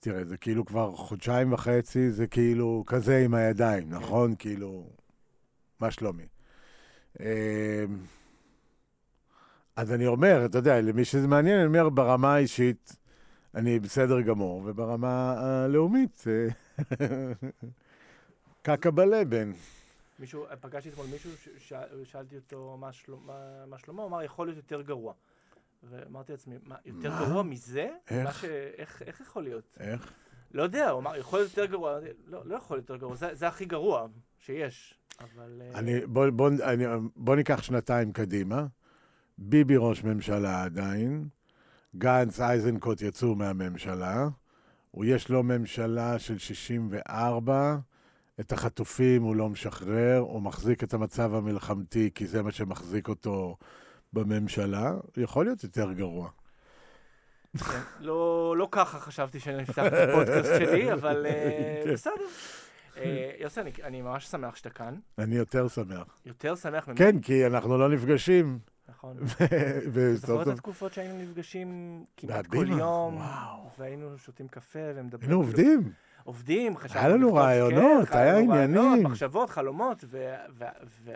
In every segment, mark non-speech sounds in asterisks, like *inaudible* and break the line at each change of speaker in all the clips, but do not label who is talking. תראה, זה כאילו כבר חודשיים וחצי, זה כאילו כזה עם הידיים, נכון? כאילו, מה שלומי? אה, אז אני אומר, אתה יודע, למי שזה מעניין, אני אומר, ברמה האישית, אני בסדר גמור, וברמה הלאומית, אה, *laughs* קקה בלבן.
מישהו, פגשתי אתמול מישהו, ששאל- שאלתי אותו מה שלום- מה- מה שלומו, הוא אמר, יכול להיות יותר גרוע. ואמרתי לעצמי, מה, יותר
מה?
גרוע מזה?
איך?
מה ש- איך איך יכול להיות?
איך?
לא יודע, הוא אמר, יכול להיות יותר גרוע. אמרתי, לא, לא יכול להיות יותר גרוע, זה זה הכי גרוע שיש. אבל... אה,
אני, בוא, בוא, אני, בוא ניקח שנתיים קדימה. ביבי ראש ממשלה עדיין, גנץ, איזנקוט יצאו מהממשלה, הוא יש לו ממשלה של 64, את החטופים הוא לא משחרר, הוא מחזיק את המצב המלחמתי כי זה מה שמחזיק אותו בממשלה, יכול להיות יותר גרוע.
כן. לא, לא ככה חשבתי שאני אפתח את הפודקאסט
*laughs*
שלי, אבל אה,
כן.
בסדר. אה, יוסי, אני- אני ממש שמח שאתה כאן.
אני יותר שמח.
יותר שמח ממני.
כן, כי אנחנו לא נפגשים. *laughs*
נכון. אתה זוכר
וסוף
את
סוף
התקופות שהיינו נפגשים כמעט כל
בהבימה?
יום,
וואו.
והיינו שותים קפה ומדברים.
היינו
כאילו-
עובדים.
עובדים, חשבנו...
היה לנו
לכתוב-
רעיונות,
כן,
היה
היה לנו
עניינים.
רעיונות, מחשבות, חלומות, ו... ו... ו...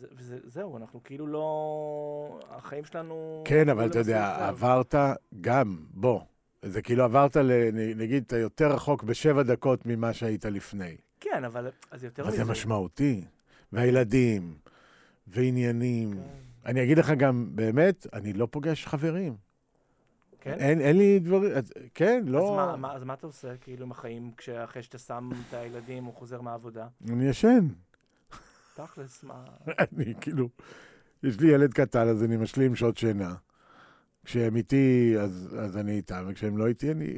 זה- וזה- זהו, אנחנו כאילו לא... החיים שלנו...
כן,
לא
אבל אתה יודע,
למסלול אחר.
עברת גם, בוא. זה כאילו עברת, ל- נ- נגיד, אתה יותר רחוק בשבע דקות ממה שהיית לפני.
כן, אבל אז יותר
אבל
מזה.
זה משמעותי. והילדים, ועניינים.
כן.
אני אגיד לך גם, באמת, אני לא פוגש חברים.
כן?
אין אין לי דברים, אז- כן,
אז
לא...
מה- מה- אז מה אתה עושה, כאילו, עם החיים, כשאחרי שאתה שם את הילדים, הוא חוזר מהעבודה?
אני ישן. *laughs*
תכלס, מה...
אני כאילו, יש לי ילד קטן, אז אני משלים שעות שינה. כשהם איתי, אז, אז אני איתם, וכשהם לא איתי, אני, *laughs*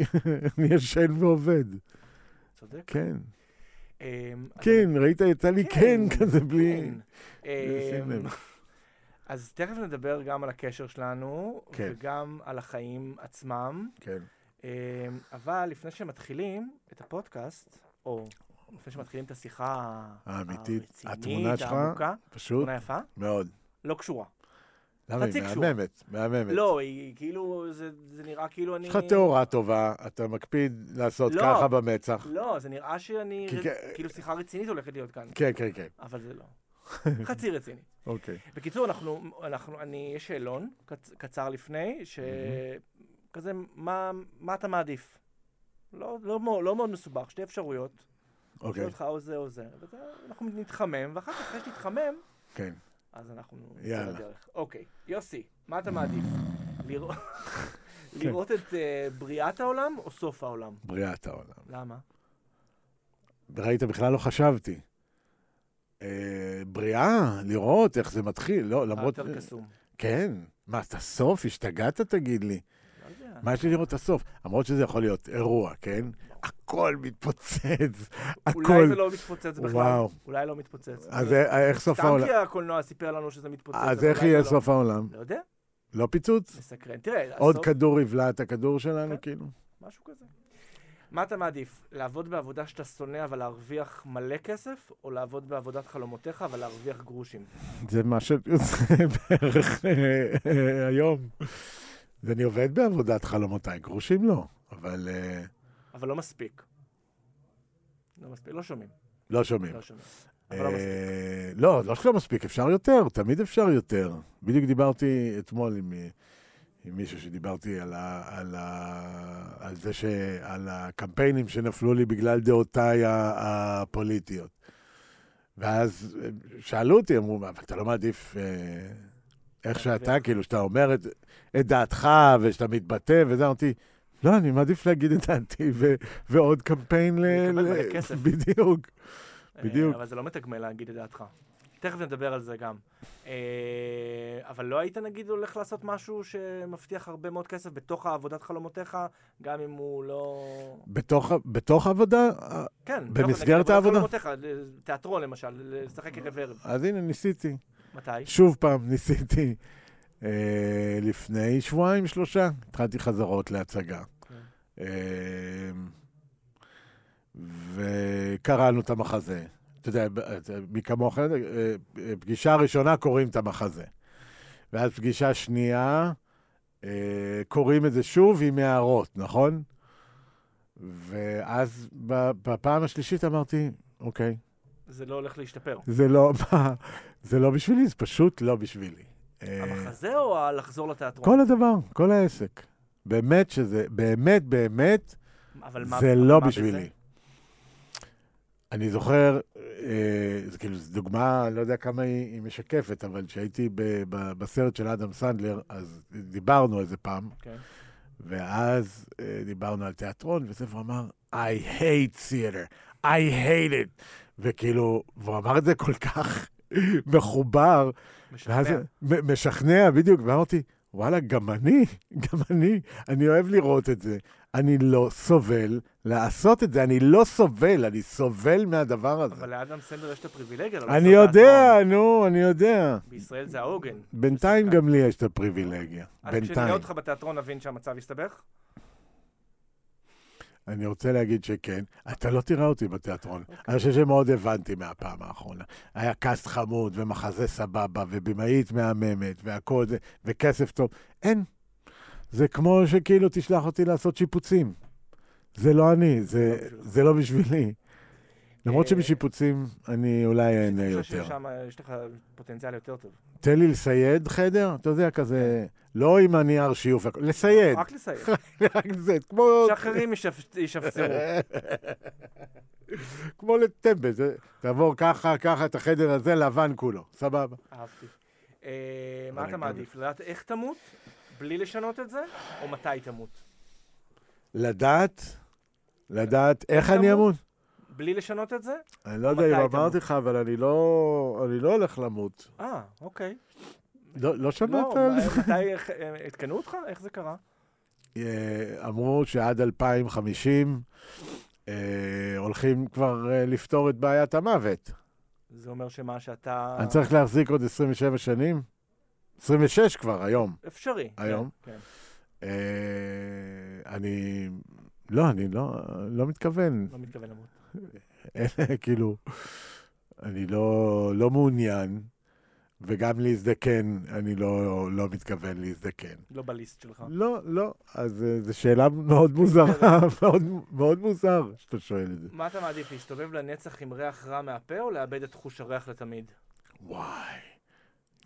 אני ישן ועובד.
צודק.
כן.
אמ, אז-
כן, ראית? יצא לי כן כזה בלי...
כן.
לשים לב.
אמ, אז תכף נדבר גם על הקשר שלנו,
כן.
וגם על החיים עצמם.
כן.
אמ, אבל לפני שמתחילים את הפודקאסט, או לפני שמתחילים את השיחה
האמיתית,
הרצינית,
התמונה שלך-
העמוקה,
פשוט
תמונה יפה,
מאוד.
לא קשורה.
למה היא
חצי קשור.
מהממת? מהממת.
לא, היא כאילו, זה זה נראה כאילו אני...
יש לך תאורה טובה, אתה מקפיד לעשות
לא.
ככה במצח.
לא, זה נראה שאני...
כי-
רצ- כאילו שיחה רצינית הולכת להיות כאן,
כן, כן, כן.
אבל
*laughs*
זה לא. חצי רצינית.
אוקיי.
בקיצור, אנחנו, אנחנו, אני, יש שאלון קצ, קצר לפני, שכזה, מה, מה אתה מעדיף? לא, לא, מאוד- לא מאוד מסובך, שתי אפשרויות.
אוקיי,
שואל אותך או זה או זה. ואתה, אנחנו נתחמם, ואחר כך, אחרי שתתחמם,
כן.
אז אנחנו נצא
יאללה.
לדרך. אוקיי, יוסי, מה אתה מעדיף?
*laughs*
לראות,
כן.
לראות את אה, בריאת העולם או סוף העולם?
בריאת העולם.
למה?
ראית? בכלל לא חשבתי. אה, בריאה, לראות איך זה מתחיל, לא, למרות...
אה, יותר קסום.
כן. מה, את הסוף? השתגעת, תגיד לי.
לא יודע.
מה יש לי לראות את הסוף? למרות שזה יכול להיות אירוע, כן? הכל מתפוצץ, הכל...
אולי זה לא מתפוצץ בכלל.
וואו.
אולי לא מתפוצץ.
אז אה, איך סוף
סתם
העולם?
כי הקולנוע סיפר לנו שזה מתפוצץ.
אז
אבל
איך
אולי
יהיה
זה לא.
סוף העולם?
לא יודע,
לא פיצוץ?
מסקרן. תראה,
עוד
הסוף,
כדור יבלע את הכדור שלנו,
כן.
כאילו?
משהו כזה. מה אתה מעדיף, לעבוד בעבודה שאתה שונא אבל להרוויח מלא כסף, או לעבוד בעבודת חלומותיך אבל להרוויח גרושים?
זה מה שאני עושה *laughs* בערך אה, אה, היום. אז אני עובד בעבודת חלומותיי, גרושים לא, אבל אה,
אבל לא מספיק. לא מספיק, לא שומעים,
לא שומעים.
לא שומעים. אבל לא
אה,
מספיק.
לא, לא שלא מספיק, אפשר יותר, תמיד אפשר יותר. בדיוק דיברתי אתמול עם, אה, עם מישהו שדיברתי על, ה, על, ה, על זה ש... על הקמפיינים שנפלו לי בגלל דעותיי ה- הפוליטיות. ואז אה, שאלו אותי, אמרו, "מה, אבל אתה לא מעדיף אה, איך שאתה,
להרוויח."
כאילו, שאתה אומר את, את דעתך ושאתה מתבטא, וזה אמרתי, לא, אני מעדיף להגיד את דעתי ו, ועוד קמפיין ל...
לקבל מלא
ל-
כסף.
בדיוק.
אה,
בדיוק.
אבל זה לא מתגמל להגיד את דעתך. תכף נדבר על זה גם. אה, אבל לא היית נגיד הולך לעשות משהו שמבטיח הרבה מאוד כסף בתוך העבודת חלומותיך, גם אם הוא לא...
בתוך, בתוך העבודה?
כן.
במסגרת
בתוך-
העבודה?
חלומותיך, תיאטרון למשל, לשחק ערב ערב.
אז הנה, ניסיתי.
מתי?
שוב פעם, *laughs* ניסיתי. אה, לפני שבועיים, שלושה, התחלתי חזרות להצגה.
כן.
אה, וקראנו את המחזה. אתה יודע, ב- אתה- מי כמוך, אה, אה, פגישה ראשונה קוראים את המחזה. ואז פגישה שנייה, אה, קוראים את זה שוב עם הערות, נכון? ואז ב- בפעם השלישית אמרתי, אוקיי,
זה לא הולך להשתפר.
זה לא, *laughs* זה לא בשבילי, זה פשוט לא בשבילי. אה,
המחזה או הלחזור לתיאטרון?
כל הדבר, כל העסק. באמת שזה, באמת, באמת,
אבל מה-
זה
אבל
לא
מה
בשבילי.
בזה?
אני זוכר, אה, זה כאילו, זו דוגמה, לא יודע כמה היא, היא משקפת, אבל כשהייתי ב, ב, בסרט של אדם סנדלר, אז דיברנו על זה פעם,
כן.
ואז אה, דיברנו על תיאטרון, וזה, והוא אמר, I hate theater, I hate it. וכאילו, והוא אמר את זה כל כך *laughs* מחובר,
משכנע.
ואז מ- משכנע, בדיוק, ואמרתי, וואלה, גם אני, *laughs* גם אני, אני אוהב לראות את זה. אני לא סובל לעשות את זה, אני לא סובל, אני סובל מהדבר הזה.
אבל לאדם סנדר יש את הפריבילגיה. לא
אני
לעשות
יודע,
תיאטרון.
נו, אני יודע.
בישראל זה העוגן.
בינתיים גם לי יש את הפריבילגיה.
אז כשנראה
בינתיים.
אותך בתיאטרון נבין שהמצב יסתבך?
אני רוצה להגיד שכן, אתה לא תראה אותי בתיאטרון.
אוקיי.
אני חושב שמאוד הבנתי מהפעם האחרונה. היה קאסט חמוד, ומחזה סבבה, ובמאית מהממת, והכל זה, וכסף טוב. אין. זה כמו שכאילו תשלח אותי לעשות שיפוצים. זה לא אני, זה, זה לא בשבילי. למרות
אוקיי. אה,
שבשיפוצים אני אולי
יש
אהנה
לי תחושה
אה, יותר.
ששם אה, יש לך פוטנציאל יותר טוב.
תן לי לסייד חדר, אתה יודע, כזה, לא עם הנייר שיוף, הכל, לסייד. אוקיי.
כן. רק לסיים.
*laughs* רק זה, כמו...
שאחרים ישפ- ישפצרו.
אה. *laughs* כמו לטמבל, זה- תעבור ככה, ככה את החדר הזה, לבן כולו, סבבה.
אהבתי. אה, מה
אבל
אתה
גם-
מעדיף? לדעת איך תמות, בלי לשנות את זה, או מתי תמות?
לדעת, לדעת איך אני
תמות?
אמון.
בלי לשנות את זה?
אני לא יודע
מתי
אם
תמות?
אמרתי לך, אבל אני לא אני לא הולך למות.
אה, אוקיי.
לא לא
לא,
שמעת על
מה-
זה?
מתי איך- אה, עדכנו אותך? איך זה קרה?
אה, אמרו שעד 2050 אה, הולכים כבר אה, לפתור את בעיית המוות.
זה אומר שמה שאתה...
אני צריך להחזיק עוד 27 שנים? 26 כבר, היום.
אפשרי. כן,
היום?
כן.
אה, אני... לא, אני לא, לא מתכוון. *laughs*
לא מתכוון למות.
אין, כאילו, אני לא, לא מעוניין, וגם להזדקן, אני לא, לא מתכוון להזדקן.
לא בליסט שלך.
לא, לא. אז אה, זו שאלה מאוד מוזרה, *laughs* מאוד, מאוד מוזר שאתה שואל את זה.
מה אתה מעדיף, להסתובב לנצח עם ריח רע מהפה, או לאבד את חוש הריח לתמיד?
וואי,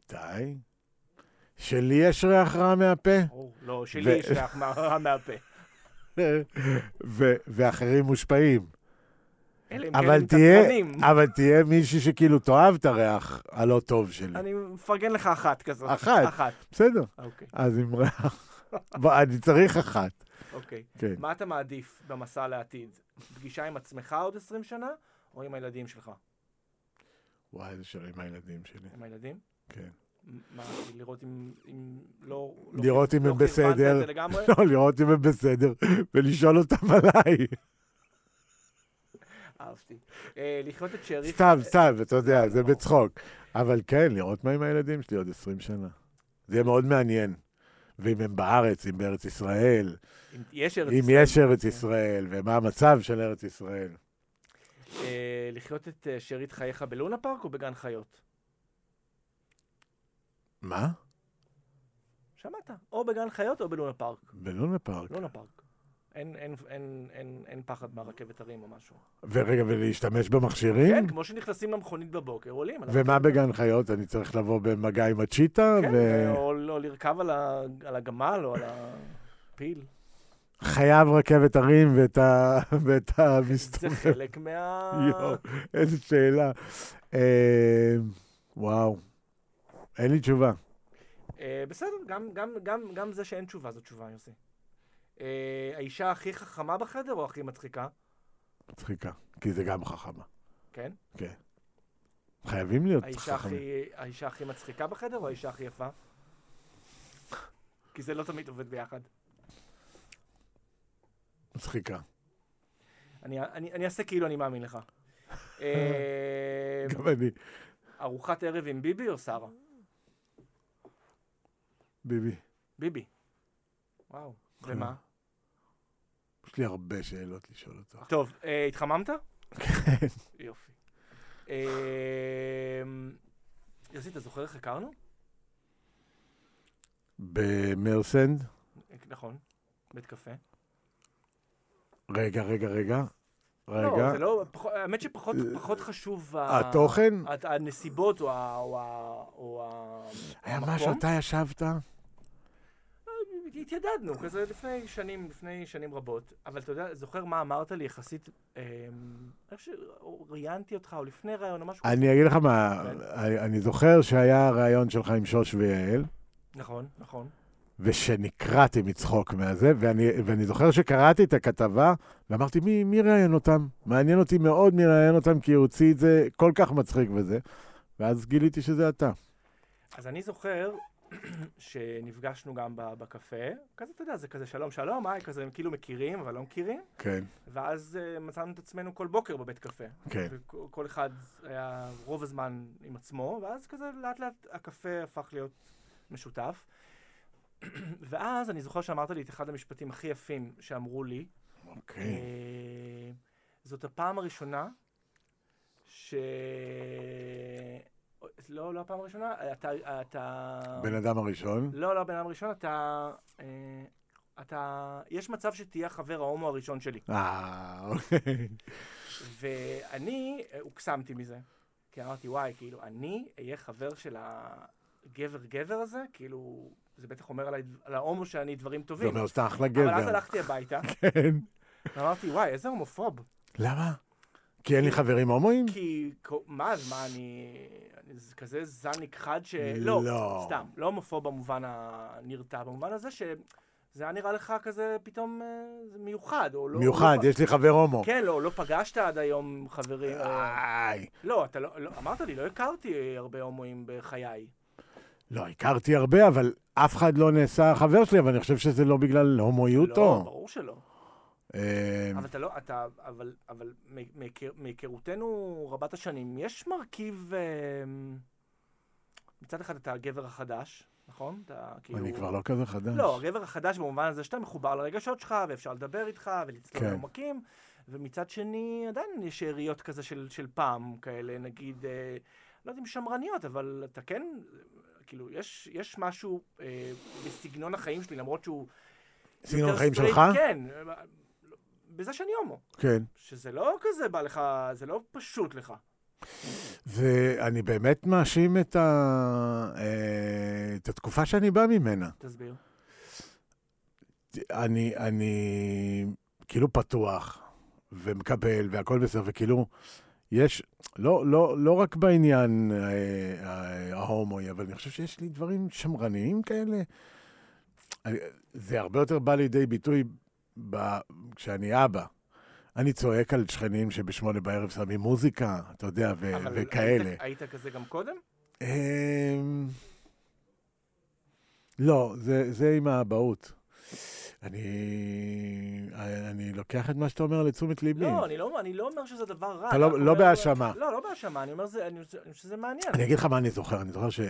די. שלי יש ריח רע מהפה, *laughs*
או, לא, שלי יש ריח מה- רע מהפה.
ו- ואחרים מושפעים.
אלה הם
אבל
כלים
תהיה-
תתרנים.
אבל תהיה מישהי שכאילו תאהב את הריח הלא טוב שלי.
אני מפרגן לך אחת כזאת.
אחת.
אחת,
בסדר.
אוקיי,
אז עם ריח. בוא, אני צריך אחת.
אוקיי.
כן.
מה אתה מעדיף במסע לעתיד? פגישה עם עצמך עוד 20 שנה, או עם הילדים שלך?
וואי, איזה שאלה עם הילדים שלי.
עם הילדים?
כן.
מה, לראות אם... אם לא... לא
לראות אם
לא
הם
חרבנת את זה
בסדר.
לגמרי?
*laughs* לא, לראות אם הם בסדר, ולשאול אותם עליי.
אהבתי. אה, לחיות את שארי...
סתם, סתם, אתה יודע, זה בצחוק. אבל כן, לראות מה עם הילדים שלי עוד 20 שנה. זה יהיה מאוד מעניין. ואם הם בארץ, אם בארץ ישראל,
אם יש ארץ
אם
ישראל. כן.
יש ארץ ישראל, ומה המצב של ארץ ישראל.
אה, לחיות את אה, שארית חייך בלונה פארק או בגן חיות?
מה?
שמעת, או בגן חיות או בלונה פארק.
בלונה פארק.
לונה פארק. אין, אין, אין, אין, אין פחד מהרכבת הרים או משהו.
ורגע, ולהשתמש במכשירים?
כן, כמו שנכנסים למכונית בבוקר, עולים. על
ומה
הרכבת.
בגן חיות? אני צריך לבוא במגע עם הצ'יטה?
כן,
ו-
או, או לרכב על, ה, על הגמל או על הפיל.
חייב רכבת הרים ואת ה- *laughs* ואת
*laughs* זה
*laughs* המסתובב.
חלק מה...
יואו, איזה שאלה. אה, וואו, אין לי תשובה.
אה, בסדר, גם, גם, גם, גם זה שאין תשובה זו תשובה, יוסי. אה, האישה הכי חכמה בחדר או הכי מצחיקה?
מצחיקה, כי זה גם חכמה.
כן.
חייבים להיות
האישה
חכמים.
הכי, האישה הכי מצחיקה בחדר או האישה הכי יפה? כי זה לא תמיד עובד ביחד.
מצחיקה.
אני, אני, אני אעשה כאילו אני מאמין לך. אה,
*laughs* גם אני,
ארוחת ערב עם ביבי או שרה?
ביבי.
ביבי. וואו. ומה?
יש לי הרבה שאלות לשאול אותך.
טוב, אה, התחממת?
כן.
יופי. אה, יוסי, אתה זוכר איך הכרנו?
במרסנד,
נכון. בית קפה.
רגע, רגע, רגע.
לא,
רגע.
זה לא, פח- האמת שפחות פחות חשוב... ה-
התוכן?
הת- הנסיבות או ה... או ה- או ה...
היה
המקום. לא,
משהו, אתה ישבת?
התיידדנו, כזה לפני שנים, לפני שנים רבות. אבל אתה יודע, זוכר מה אמרת לי יחסית, אמ, איך שראיינתי אותך, או לפני ראיון או משהו?
אני אגיד לך מה,
כן.
אני- אני זוכר שהיה ראיון שלך עם שוש ויעל,
נכון, נכון.
ושנקרעתי מצחוק מהזה, ואני, ואני זוכר שקראתי את הכתבה, ואמרתי, מי, מי ראיין אותם? מעניין אותי מאוד מי ראיין אותם, כי הוא הוציא את זה כל כך מצחיק וזה. ואז גיליתי שזה אתה.
אז אני זוכר *clears throat* שנפגשנו גם ב- בקפה, כזה, אתה יודע, זה כזה שלום שלום, היי, כזה, הם כאילו מכירים, אבל לא מכירים,
כן,
ואז אה, מצאנו את עצמנו כל בוקר בבית קפה.
כן.
וכל אחד היה רוב הזמן עם עצמו, ואז כזה לאט לאט הקפה הפך להיות משותף. ואז אני זוכר שאמרת לי את אחד המשפטים הכי יפים שאמרו לי.
אוקיי.
אה, זאת הפעם הראשונה ש... לא, לא הפעם הראשונה, אתה... אתה...
בן אדם הראשון?
לא, לא הבן אדם הראשון, אתה... אה, אתה... יש מצב שתהיה החבר ההומו הראשון שלי.
אה,
*laughs*
אוקיי.
ואני אה, הוקסמתי מזה. כי אמרתי, וואי, כאילו, אני אהיה חבר של הגבר-גבר הזה? כאילו, זה בטח אומר עליי, על ההומו שאני דברים
זה
טובים.
אומר שאתה אחלה
אבל אז
גבר.
הלכתי הביתה,
כן.
ואמרתי, וואי, איזה הומופוב.
למה? כי אין לי חברים הומואים?
כי, כ- מה, אז מה, אני... אני זה כזה זן נכחד ש...
לא.
לא, סתם, לא הומופוב במובן הנרתע, במובן הזה ש... זה היה נראה לך כזה פתאום אה, זה מיוחד, או לא...
מיוחד,
לא, פ-
יש לי חבר הומו.
כן, לא, לא פגשת עד היום חברים. אה,
איי.
לא, אתה לא, לא, אמרת לי, לא הכרתי אה, הרבה הומואים בחיי.
לא, הכרתי הרבה, אבל אף אחד לא נעשה חבר שלי, אבל אני חושב שזה לא בגלל
לא,
הומואיותו.
ברור שלא.
אה,
אבל אתה לא, אתה, אבל, אבל מ- מהיכר- מהיכרותנו רבת השנים, יש מרכיב, אה, מצד אחד אתה הגבר החדש, נכון? אתה כאילו...
אני כבר לא כזה חדש.
לא, הגבר החדש במובן הזה שאתה מחובר לרגשות שלך, ואפשר לדבר איתך, ולצלול
כן.
לעומקים, ומצד שני, עדיין יש שאריות כזה של, של פעם, כאלה, נגיד, אה, לא יודע אם שמרניות, אבל אתה כן, אה, כאילו, יש, יש משהו אה, בסגנון החיים שלי, למרות שהוא...
סגנון
יותר
החיים
סטרייט-
שלך?
כן, אה, בזה שאני הומו.
כן.
שזה לא כזה בא לך, זה לא פשוט לך.
ואני באמת מאשים את ה... אה, את התקופה שאני בא ממנה.
תסביר.
אני, אני כאילו פתוח ומקבל והכל בסדר, וכאילו, יש, לא, לא, לא רק בעניין אה, אה, ההומואי, אבל אני חושב שיש לי דברים שמרניים כאלה. אני, זה הרבה יותר בא לידי ביטוי ב, כשאני אבא. אני צועק על שכנים שבשמונה בערב שמים מוזיקה, אתה יודע, ו-
אבל
אה, וכאלה.
היית, היית כזה גם קודם?
אמ, לא, זה, זה עם האבהות. אני, אני לוקח את מה שאתה אומר לתשומת ליבי.
לא, אני לא, אני לא אומר שזה דבר רע.
אתה לא-
אני רק
לא
אומר-
בהאשמה.
לא, לא בהאשמה, אני אומר זה- אני חושב אני חושב שזה מעניין.
אני אגיד לך מה אני זוכר. אני זוכר ש,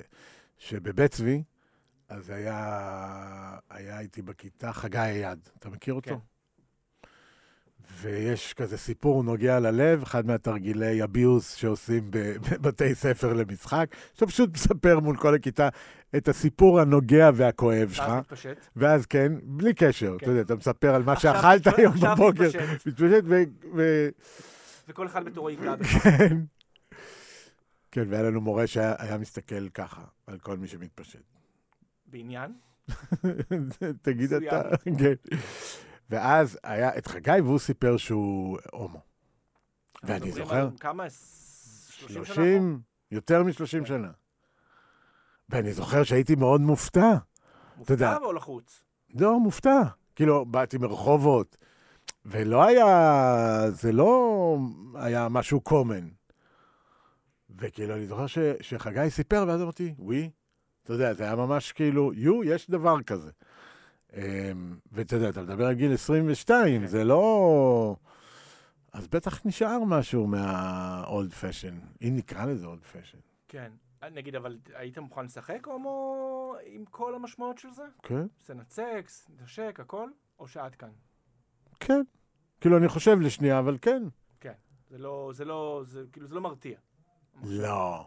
שבבית צבי, אז היה, היה איתי בכיתה חגי אייד. אתה מכיר אותו?
כן.
ויש כזה סיפור נוגע ללב, אחד מהתרגילי הביוס שעושים ב- בבתי ספר למשחק, שאתה פשוט מספר מול כל הכיתה את הסיפור הנוגע והכואב שלך.
ואז מתפשט.
ואז כן, בלי קשר,
כן.
אתה יודע, אתה מספר על מה
עכשיו
שאכלת
תתפשט,
היום
עכשיו
בבוקר.
תתפשט,
מתפשט ו- ו...
וכל אחד בתורו
*laughs*
יפגע בך.
כן. כן, והיה לנו מורה שהיה היה מסתכל ככה על כל מי שמתפשט. *laughs*
בעניין?
תגיד אתה, כן. ואז היה את חגי, והוא סיפר שהוא הומו.
אנחנו
ואני
מדברים
זוכר,
על כמה? 30 שנה? כן.
30, יותר מ-30 שנה. ואני זוכר שהייתי מאוד מופתע.
אחורה?
אתה יודע.
מופתע או לחוץ?
לא, מופתע. כאילו, באתי מרחובות, ולא היה, זה לא היה משהו common. וכאילו, אני זוכר ש, שחגי סיפר, ואז אמרתי, ווי, אתה יודע, זה היה ממש כאילו, יו, יש דבר כזה. אמ, ואתה יודע, אתה מדבר על גיל 22,
כן.
זה לא... אז בטח נשאר משהו מה-old fashion, אם נקרא לזה old fashion.
כן. נגיד, אבל היית מוכן לשחק הומו עם כל המשמעויות של זה?
כן.
סצנת סקס, נשק, הכל? או שעד כאן?
כן. כאילו, אני חושב לשנייה, אבל כן.
זה לא, זה לא, זה כאילו, זה לא מרתיע.
לא.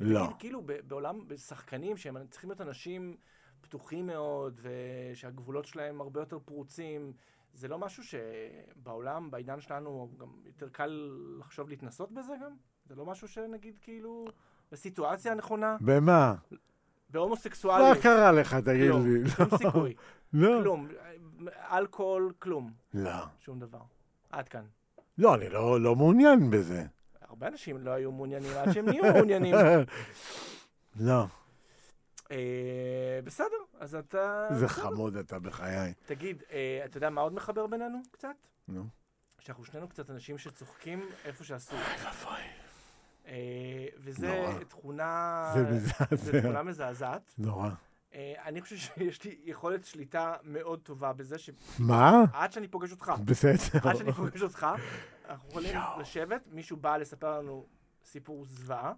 לא.
תגיד, כאילו ב- בעולם, בשחקנים שהם צריכים להיות אנשים פתוחים מאוד, ושהגבולות שלהם הרבה יותר פרוצים. זה לא משהו שבעולם, בעידן שלנו, גם יותר קל לחשוב להתנסות בזה גם? זה לא משהו שנגיד כאילו, בסיטואציה הנכונה,
במה?
לא,
מה
בהומוסקסואליות,
קרה לך, תגיד
כלום,
לי?
שום סיכוי,
לא.
כלום, אלכוהול, כלום,
לא.
שום דבר. עד כאן.
לא, אני לא לא מעוניין בזה.
הרבה אנשים לא היו מעוניינים עד שהם נהיו מעוניינים.
*laughs* לא.
אה, בסדר, אז אתה...
זה
בסדר.
חמוד אתה בחיי.
תגיד, אה, אתה יודע מה עוד מחבר בינינו קצת?
נו.
שאנחנו שנינו קצת אנשים שצוחקים איפה שאסור.
אוי,
אה, וזה
נורא.
תכונה...
זה מזעזע.
זו תכונה מזעזעת.
נורא.
אה, אני חושב שיש לי יכולת שליטה מאוד טובה בזה, שעד
מה?
שאני פוגש אותך,
בסדר. *laughs*
עד שאני פוגש אותך, אנחנו יכולים
יואו.
לשבת, מישהו בא לספר לנו סיפור זוועה.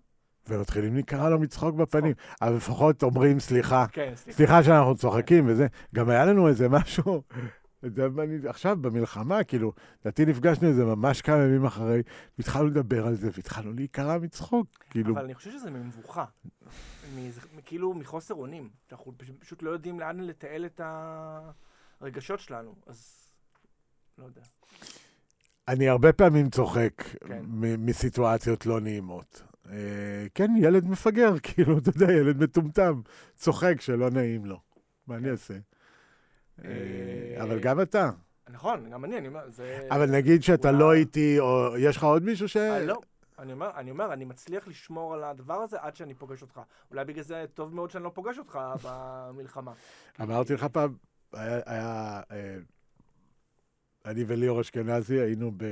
ומתחילים להיקרע לו מצחוק בפנים.
נכון.
אבל לפחות אומרים סליחה.
כן, סליחה.
סליחה שאנחנו צוחקים וזה. גם היה לנו איזה משהו, אתה יודע מה, אני- עכשיו במלחמה, כאילו, לדעתי נפגשנו איזה ממש כמה ימים אחרי, והתחלנו לדבר על זה, והתחלנו להיקרע מצחוק. כאילו,
אבל אני חושב שזה ממבוכה. מ- כאילו מחוסר אונים. אנחנו פש- פשוט לא יודעים לאן לתעל את הרגשות שלנו, אז לא יודע.
אני הרבה פעמים צוחק
כן.
מ- מסיטואציות לא נעימות. אה, כן, ילד מפגר, *laughs* כאילו, אתה יודע, ילד מטומטם, צוחק שלא נעים לו. מה אני אעשה? אה,
כן. אה,
אבל גם אתה.
נכון, גם אני, אני אומר, זה...
אבל נגיד שאתה
אולי-
לא איתי, או יש לך עוד מישהו ש...
אה, לא. אני אומר, אני אומר, אני מצליח לשמור על הדבר הזה עד שאני פוגש אותך. אולי בגלל זה טוב מאוד שאני לא
*laughs*
פוגש אותך במלחמה.
כן. אמרתי לך פעם, היה, היה אה, אני וליאור אשכנזי היינו ב...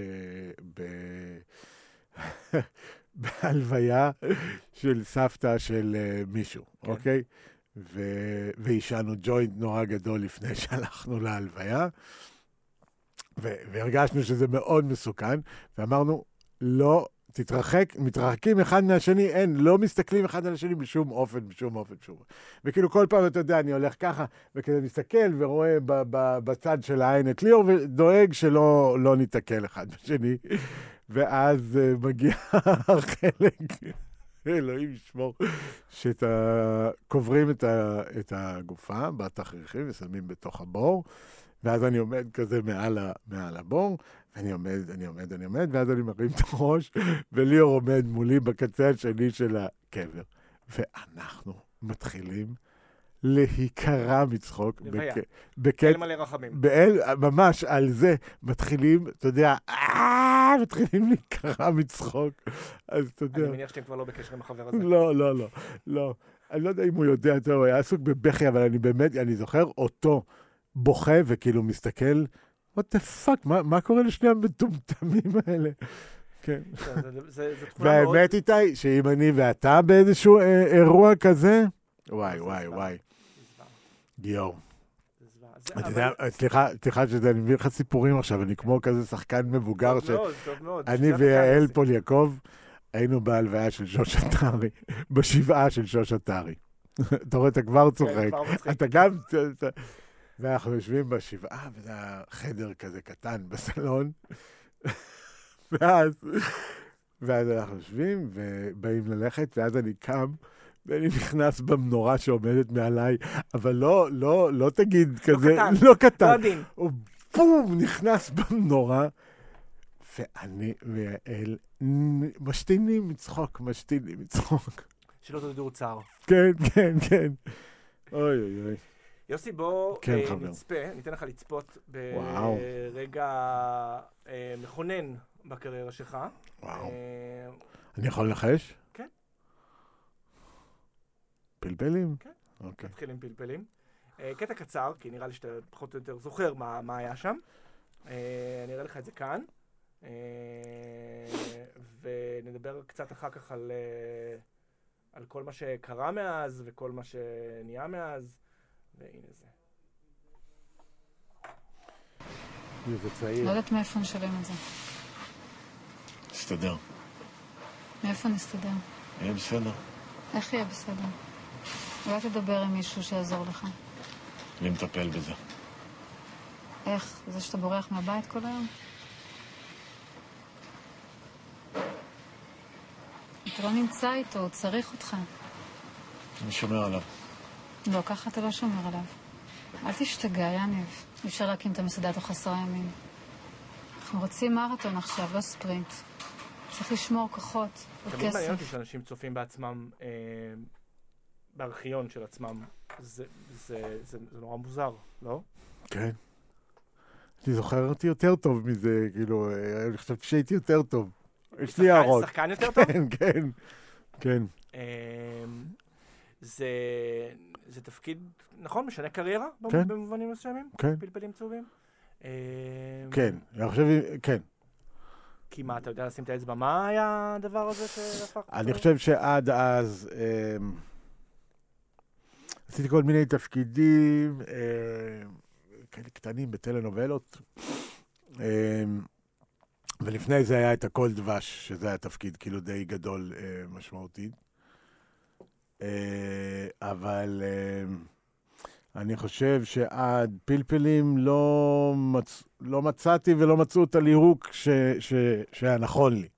ב... *laughs* בהלוויה של סבתא של אה, מישהו,
כן.
אוקיי? ו... ועישנו ג'וינט נורא גדול לפני *laughs* שהלכנו להלוויה, ו... והרגשנו שזה מאוד מסוכן, ואמרנו, לא, תתרחק, מתרחקים אחד מהשני, אין, לא מסתכלים אחד על השני בשום אופן, בשום אופן, בשום אופן. וכאילו כל פעם, אתה יודע, אני הולך ככה, וכזה מסתכל ורואה ב- ב- בצד של העין את ליאור, ודואג שלא לא ניתקל אחד בשני. ואז אה, מגיע *laughs* החלק, אלוהים ישמור, שקוברים את, ה- את הגופה בתכריכים ושמים בתוך הבור, ואז אני עומד כזה מעל, ה- מעל הבור, ואני עומד, אני עומד, אני עומד, ואז אני מרים את הראש, וליאור עומד מולי בקצה השני של הקבר. ואנחנו מתחילים להיקרע מצחוק.
לוויה.
בק- בקטע-
אין מלא רחמים.
באל, ממש על זה מתחילים, אתה יודע, "אה", מתחילים להיקרע מצחוק. אז אתה
אני
יודע,
מניח שאתם כבר לא בקשר עם החבר הזה.
לא, לא, לא, לא. אני לא יודע אם הוא יודע, אתה יודע, הוא היה עסוק בבכי, אבל אני באמת, אני זוכר אותו בוכה וכאילו מסתכל, what the fuck, מה, מה קורה לשני המטומטמים האלה? כן.
זה- זה- זה זה תכונה מאוד...
והאמת איתי, שאם אני ואתה באיזשהו אה, אירוע כזה, וואי,
זה
וואי,
זוועה.
וואי,
זה זוועה,
יואו.
זה זוועה. זה-
אתה
אבל-
יודע, סליחה, סליחה שזה, אני מביא לך סיפורים עכשיו, אני כמו כזה שחקן מבוגר
טוב
לא, ש...
מאוד, טוב מאוד.
אני
שנייה דקה,
ויעל
נסי.
פוליאקוב היינו בהלוויה של שוש עטרי, *laughs* בשבעה של שוש עטרי. אתה רואה, אתה כבר
כן,
צוחק.
כבר מצחיק.
אתה גם... אתה- ואנחנו יושבים בשבעה, וזה היה חדר כזה קטן בסלון, *laughs* ואז, ואז אנחנו יושבים ובאים ללכת, ואז אני קם. ואני נכנס במנורה שעומדת מעליי, אבל לא, לא, לא תגיד כזה,
קטן.
לא קטן,
לא עדין.
הוא בום, נכנס במנורה, ואני ויעל נ- משתינים מצחוק, משתינים מצחוק. *laughs*
שלא תדעו צער.
כן, כן, כן. אוי אוי אוי.
יוסי, בוא
כן,
אה,
חבר.
נצפה, ניתן לך לצפות
וואו.
ברגע אה, מכונן בקריירה שלך.
וואו.
אה,
אני יכול לנחש?
כן.
פלפלים?
כן.
אוקיי.
נתחיל עם פלפלים. אה, קטע קצר, כי נראה לי שאתה פחות או יותר זוכר מה מה היה שם. אה, אני אראה לך את זה כאן. אה, ונדבר קצת אחר כך על אה, על כל מה שקרה מאז וכל מה שנהיה מאז. והנה זה.
זה צעיר.
לא יודעת מאיפה נשלם את זה.
תסתדר.
מאיפה נסתדר?
יהיה בסדר.
איך יהיה בסדר? אולי תדבר עם מישהו שיעזור לך.
אני מטפל בזה.
איך? זה שאתה בורח מהבית כל היום? אתה לא נמצא איתו, הוא צריך אותך.
אני שומר עליו.
לא, ככה אתה לא שומר עליו. אל תשתגע, יניב. אי אפשר להקים את המסעדה תוך עשרה ימים. אנחנו רוצים מרתון עכשיו, לא ספרינט. צריך לשמור כוחות
תמיד מעניין
וכסף.
אותי שאנשים צופים בעצמם, אה, בארכיון של עצמם. זה, זה, זה, זה נורא מוזר, לא?
כן. אני זוכר אותי יותר טוב מזה, כאילו, אה, אני חשבתי שהייתי יותר טוב. יש לי
שחקן-
הערות.
שחקן יותר טוב?
כן, כן, כן.
אמ, זה, זה תפקיד, נכון, משנה קריירה במ-
כן.
במובנים מסוימים?
כן.
פלפלים צהובים? אמ,
כן, אני חושב, כן.
כי מה, אתה יודע לשים את האצבע? מה היה הדבר הזה שהפך?
אני חושב שעד אז אמ, עשיתי כל מיני תפקידים אמ, כאלה קטנים בטלנובלות. אמ, ולפני זה היה את הכל דבש, שזה היה תפקיד כאילו די גדול אה, משמעותי. אה, אבל אמ, אני חושב שעד פלפלים לא, מצ... לא מצאתי ולא מצאו את הליהוק ש... ש... שהיה נכון לי.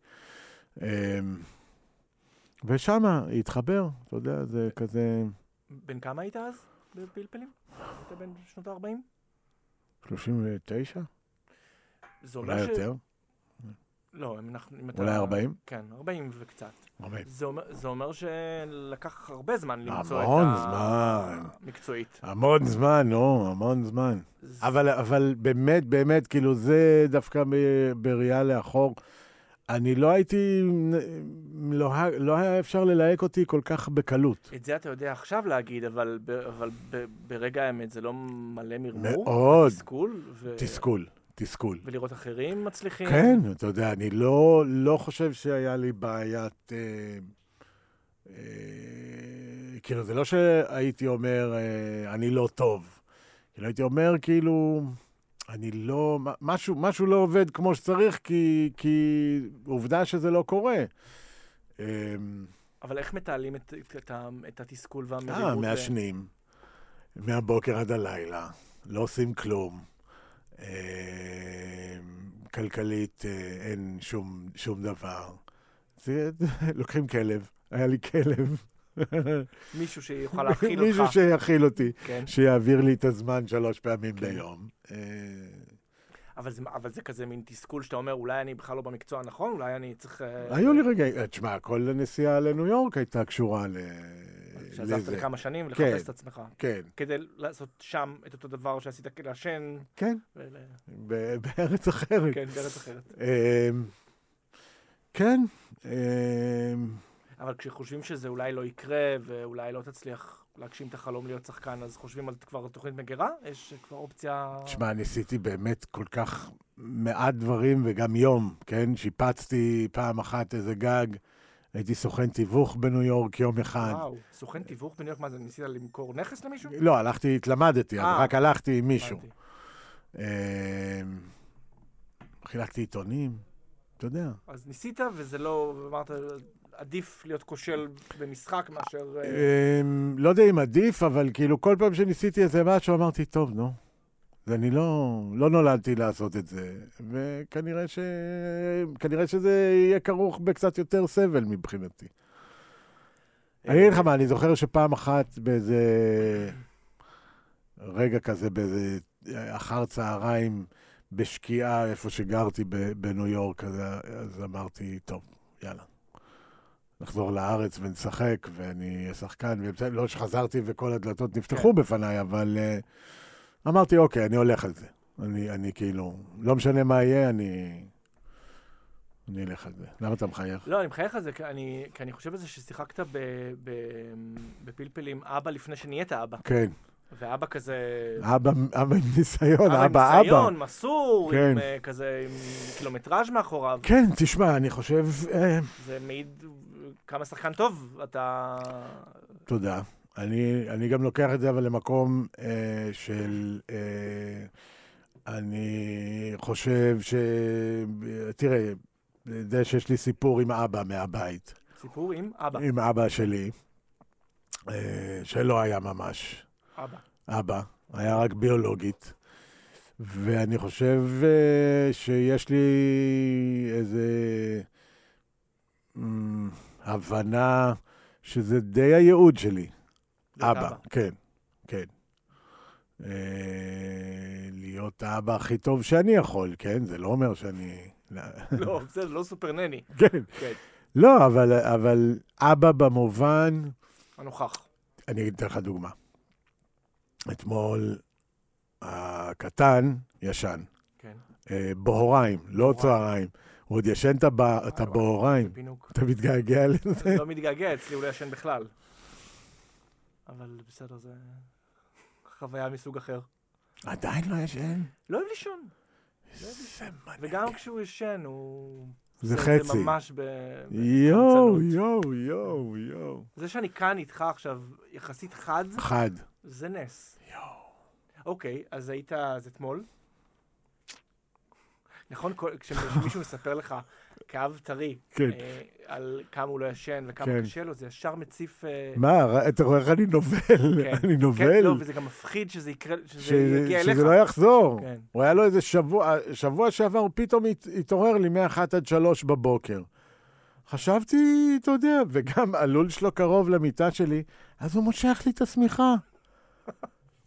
אמ, ושמה התחבר, אתה יודע, זה כזה
בן כמה היית אז בפלפלים? היית בן שנות ה-40?
39,
זה אומר
אולי
ש-
יותר,
לא, אם אנחנו... אם אתה-
אולי 40.
כן, 40 וקצת.
40.
זה אומר- זה אומר שלקח הרבה זמן למצוא את ה...
המון זמן.
מקצועית.
המון זמן, נו, המון זמן. אבל, אבל באמת, באמת, כאילו, זה דווקא ב- בראייה לאחור. אני לא הייתי, לא, ה- לא היה אפשר ללהק אותי כל כך בקלות.
את זה אתה יודע עכשיו להגיד, אבל, ב, אבל ב, ברגע האמת זה לא מלא מרמור?
מאוד.
תסכול? ו...
תסכול, תסכול.
ולראות אחרים מצליחים?
כן, אתה יודע, אני לא, לא חושב שהיה לי בעיית... אה, אה, כאילו, זה לא שהייתי אומר, אה, אני לא טוב. כאילו, הייתי אומר, כאילו, אני לא... מ- משהו, משהו לא עובד כמו שצריך, כי, כי עובדה שזה לא קורה. אה,
אבל איך מתעלים את, את, את, ה- את התסכול והמרירות?
אה,
ו-
מעשנים, מהבוקר עד הלילה, לא עושים כלום. אה, כלכלית אה, אין שום, שום דבר. זה, לוקחים כלב, היה לי כלב.
מישהו שיוכל
*laughs*
להכיל אותך.
מישהו שיכיל אותי,
כן.
שיעביר לי את הזמן שלוש פעמים
כן.
ביום. אה,
אבל, זה, אבל זה כזה מין תסכול שאתה אומר, אולי אני בכלל לא במקצוע הנכון, אולי אני צריך... אה,
היו לי רגעים, תשמע, כל הנסיעה לניו יורק הייתה קשורה ל...
שעזבת
לזה.
לכמה שנים ולחפש
כן.
את עצמך.
כן,
כדי לעשות שם את אותו דבר שעשית, כ- לעשן,
כן,
ול...
ב- בארץ אחרת.
כן, בארץ אחרת.
אמ, כן, אמ,
אבל כשחושבים שזה אולי לא יקרה, ואולי לא תצליח להגשים את החלום להיות שחקן, אז חושבים על כבר תוכנית מגירה? יש כבר אופציה...
תשמע, ניסיתי באמת כל כך מעט דברים וגם יום, כן? שיפצתי פעם אחת איזה גג, הייתי סוכן תיווך בניו יורק יום אחד.
וואו, סוכן תיווך בניו יורק, מה זה, ניסית למכור נכס למישהו?
לא, הלכתי, התלמדתי, אז
אה.
רק הלכתי עם מישהו.
הבנתי.
אמ, חילקתי עיתונים, אתה יודע.
אז ניסית, וזה לא... אמרת, עדיף להיות כושל במשחק מאשר... אה,
אמ, לא יודע אם עדיף, אבל כאילו כל פעם שניסיתי איזה משהו אמרתי, טוב, נו. ואני לא, לא נולדתי לעשות את זה, וכנראה ש... כנראה שזה יהיה כרוך בקצת יותר סבל מבחינתי. אני אגיד לך מה, אני זוכר שפעם אחת באיזה רגע כזה, באיזה אה, אחר צהריים, בשקיעה, איפה שגרתי ב- בניו יורק, אז, אז אמרתי, טוב, יאללה. נחזור לארץ ונשחק, ואני אהיה שחקן, ובסדר, לא שחזרתי וכל הדלתות נפתחו
כן.
בפניי, אבל uh, אמרתי, אוקיי, אני הולך על זה. אני, אני כאילו, לא משנה מה יהיה, אני... אני אלך על זה. למה אתה מחייך?
לא, אני מחייך על זה, כי אני, כי אני חושב על זה ששיחקת ב, ב, בפלפלים אבא לפני שנהיית אבא.
כן,
ואבא כזה...
אבא, אבא עם ניסיון, אה, אבא, אבא.
עם ניסיון, מסור, עם
כן.
אה, כזה, עם קילומטראז' מאחוריו.
כן, תשמע, אני חושב... אה,
זה מעיד כמה שחקן טוב אתה...
תודה. אני, אני גם לוקח את זה אבל למקום אה, של... אה, אני חושב ש... תראה, אתה יודע שיש לי סיפור עם אבא מהבית.
סיפור עם אבא.
עם אבא שלי, אה, שלא היה ממש.
אבא.
אבא, היה רק ביולוגית. ואני חושב אה, שיש לי איזה אמ, הבנה שזה די הייעוד שלי.
להיות
אבא,
אבא.
כן. כן. אה, להיות האבא הכי טוב שאני יכול, כן? זה לא אומר שאני...
לא, בסדר, לא סופר נני.
*laughs* כן.
כן.
לא, אבל, אבל אבא במובן...
הנוכח.
אני אתן לך דוגמה. אתמול הקטן ישן,
כן.
אה, בוהריים, לא
בוהריים.
צהריים. הוא עוד ישן את הבא- את
וואי, וואי,
הבוהריים.
זה פינוק.
אתה מתגעגע לזה?
לא מתגעגע, אצלי הוא לא ישן בכלל. אבל בסדר, זה חוויה מסוג אחר.
עדיין לא ישן?
לא אוהב לישון,
איזה
וגם
מנהיג.
כשהוא ישן, הוא...
זה
זה
חצי.
ממש ב...
יואו,
בקמצנות.
יואו, יואו, יואו.
זה שאני כאן איתך עכשיו יחסית חד,
חד.
זה נס.
יואו.
אוקיי, אז היית, אז אתמול? נכון, כל-
*laughs*
כשמישהו מספר לך כאב טרי,
כן.
אה, על כמה הוא לא ישן וכמה
כן.
קשה לו, זה ישר מציף... אה,
מה, ר- אתה רואה איך אני נובל?
כן.
אני
כן, לא,
נובל.
וזה גם מפחיד שזה יקרה,
ש-
שזה יגיע אליך.
שזה לא יחזור.
כן.
הוא היה לו איזה שבוע, שבוע שעבר הוא פתאום הת- התעורר לי מ-1 עד 3 בבוקר. חשבתי, אתה יודע, וגם *laughs* הלול שלו קרוב למיטה שלי, אז הוא מושך לי את
*laughs*
השמיכה.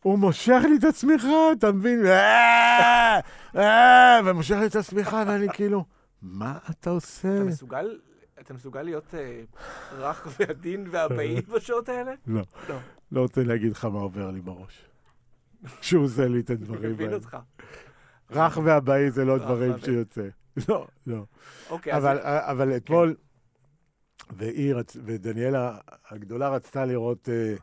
הוא מושך לי את השמיכה, אתה מבין? אה, אה, ומושך לי את השמיכה, ואני כאילו, מה אתה עושה?
אתה מסוגל, אתה מסוגל להיות אה, רך *laughs* ועדין
*laughs*
ואבאי בשעות האלה?
לא,
לא.
לא רוצה להגיד לך מה עובר לי בראש. כשהוא עושה לי את
אני
הדברים
מבין
האלה.
אותך.
רך והבאי זה לא
רך
דברים
והבאי.
שיוצא. לא, לא.
אוקיי, אז
אבל, אה, אבל אתמול, והיא רצ... ודניאלה הגדולה רצתה לראות אה,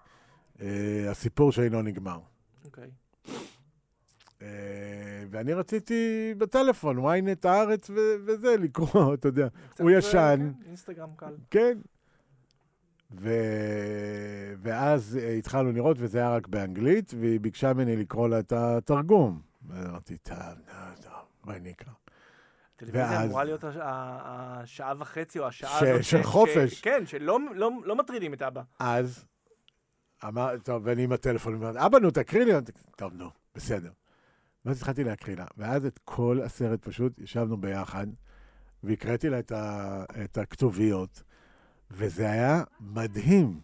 אה, הסיפור שאינו נגמר.
אוקיי.
אה, ואני רציתי בטלפון, ynet הארץ ו- וזה, לקרוא, *laughs* אתה יודע.
קצת,
הוא
אה,
ישן.
כן, אינסטגרם קל.
כן. ו... ואז אה, התחלנו לראות, וזה היה רק באנגלית, והיא ביקשה ממני לקרוא לה את התרגום. ואמרתי, טוב, נו, טוב, מה נקרא?
טלוויזיה
ואז-
אמורה להיות הש- ה- ה- השעה וחצי או השעה
ש-
הזאת.
של
ש-
חופש.
כן, שלא לא- לא מטרידים את אבא.
אז אמר, טוב, ואני עם הטלפון, אמרתי, אבא, נו, תקריא לי. אמרתי, טוב, נו, בסדר. ואז התחלתי להקריא לה, ואז את כל הסרט פשוט ישבנו ביחד, והקראתי לה את, ה, את הכתוביות, וזה היה מדהים.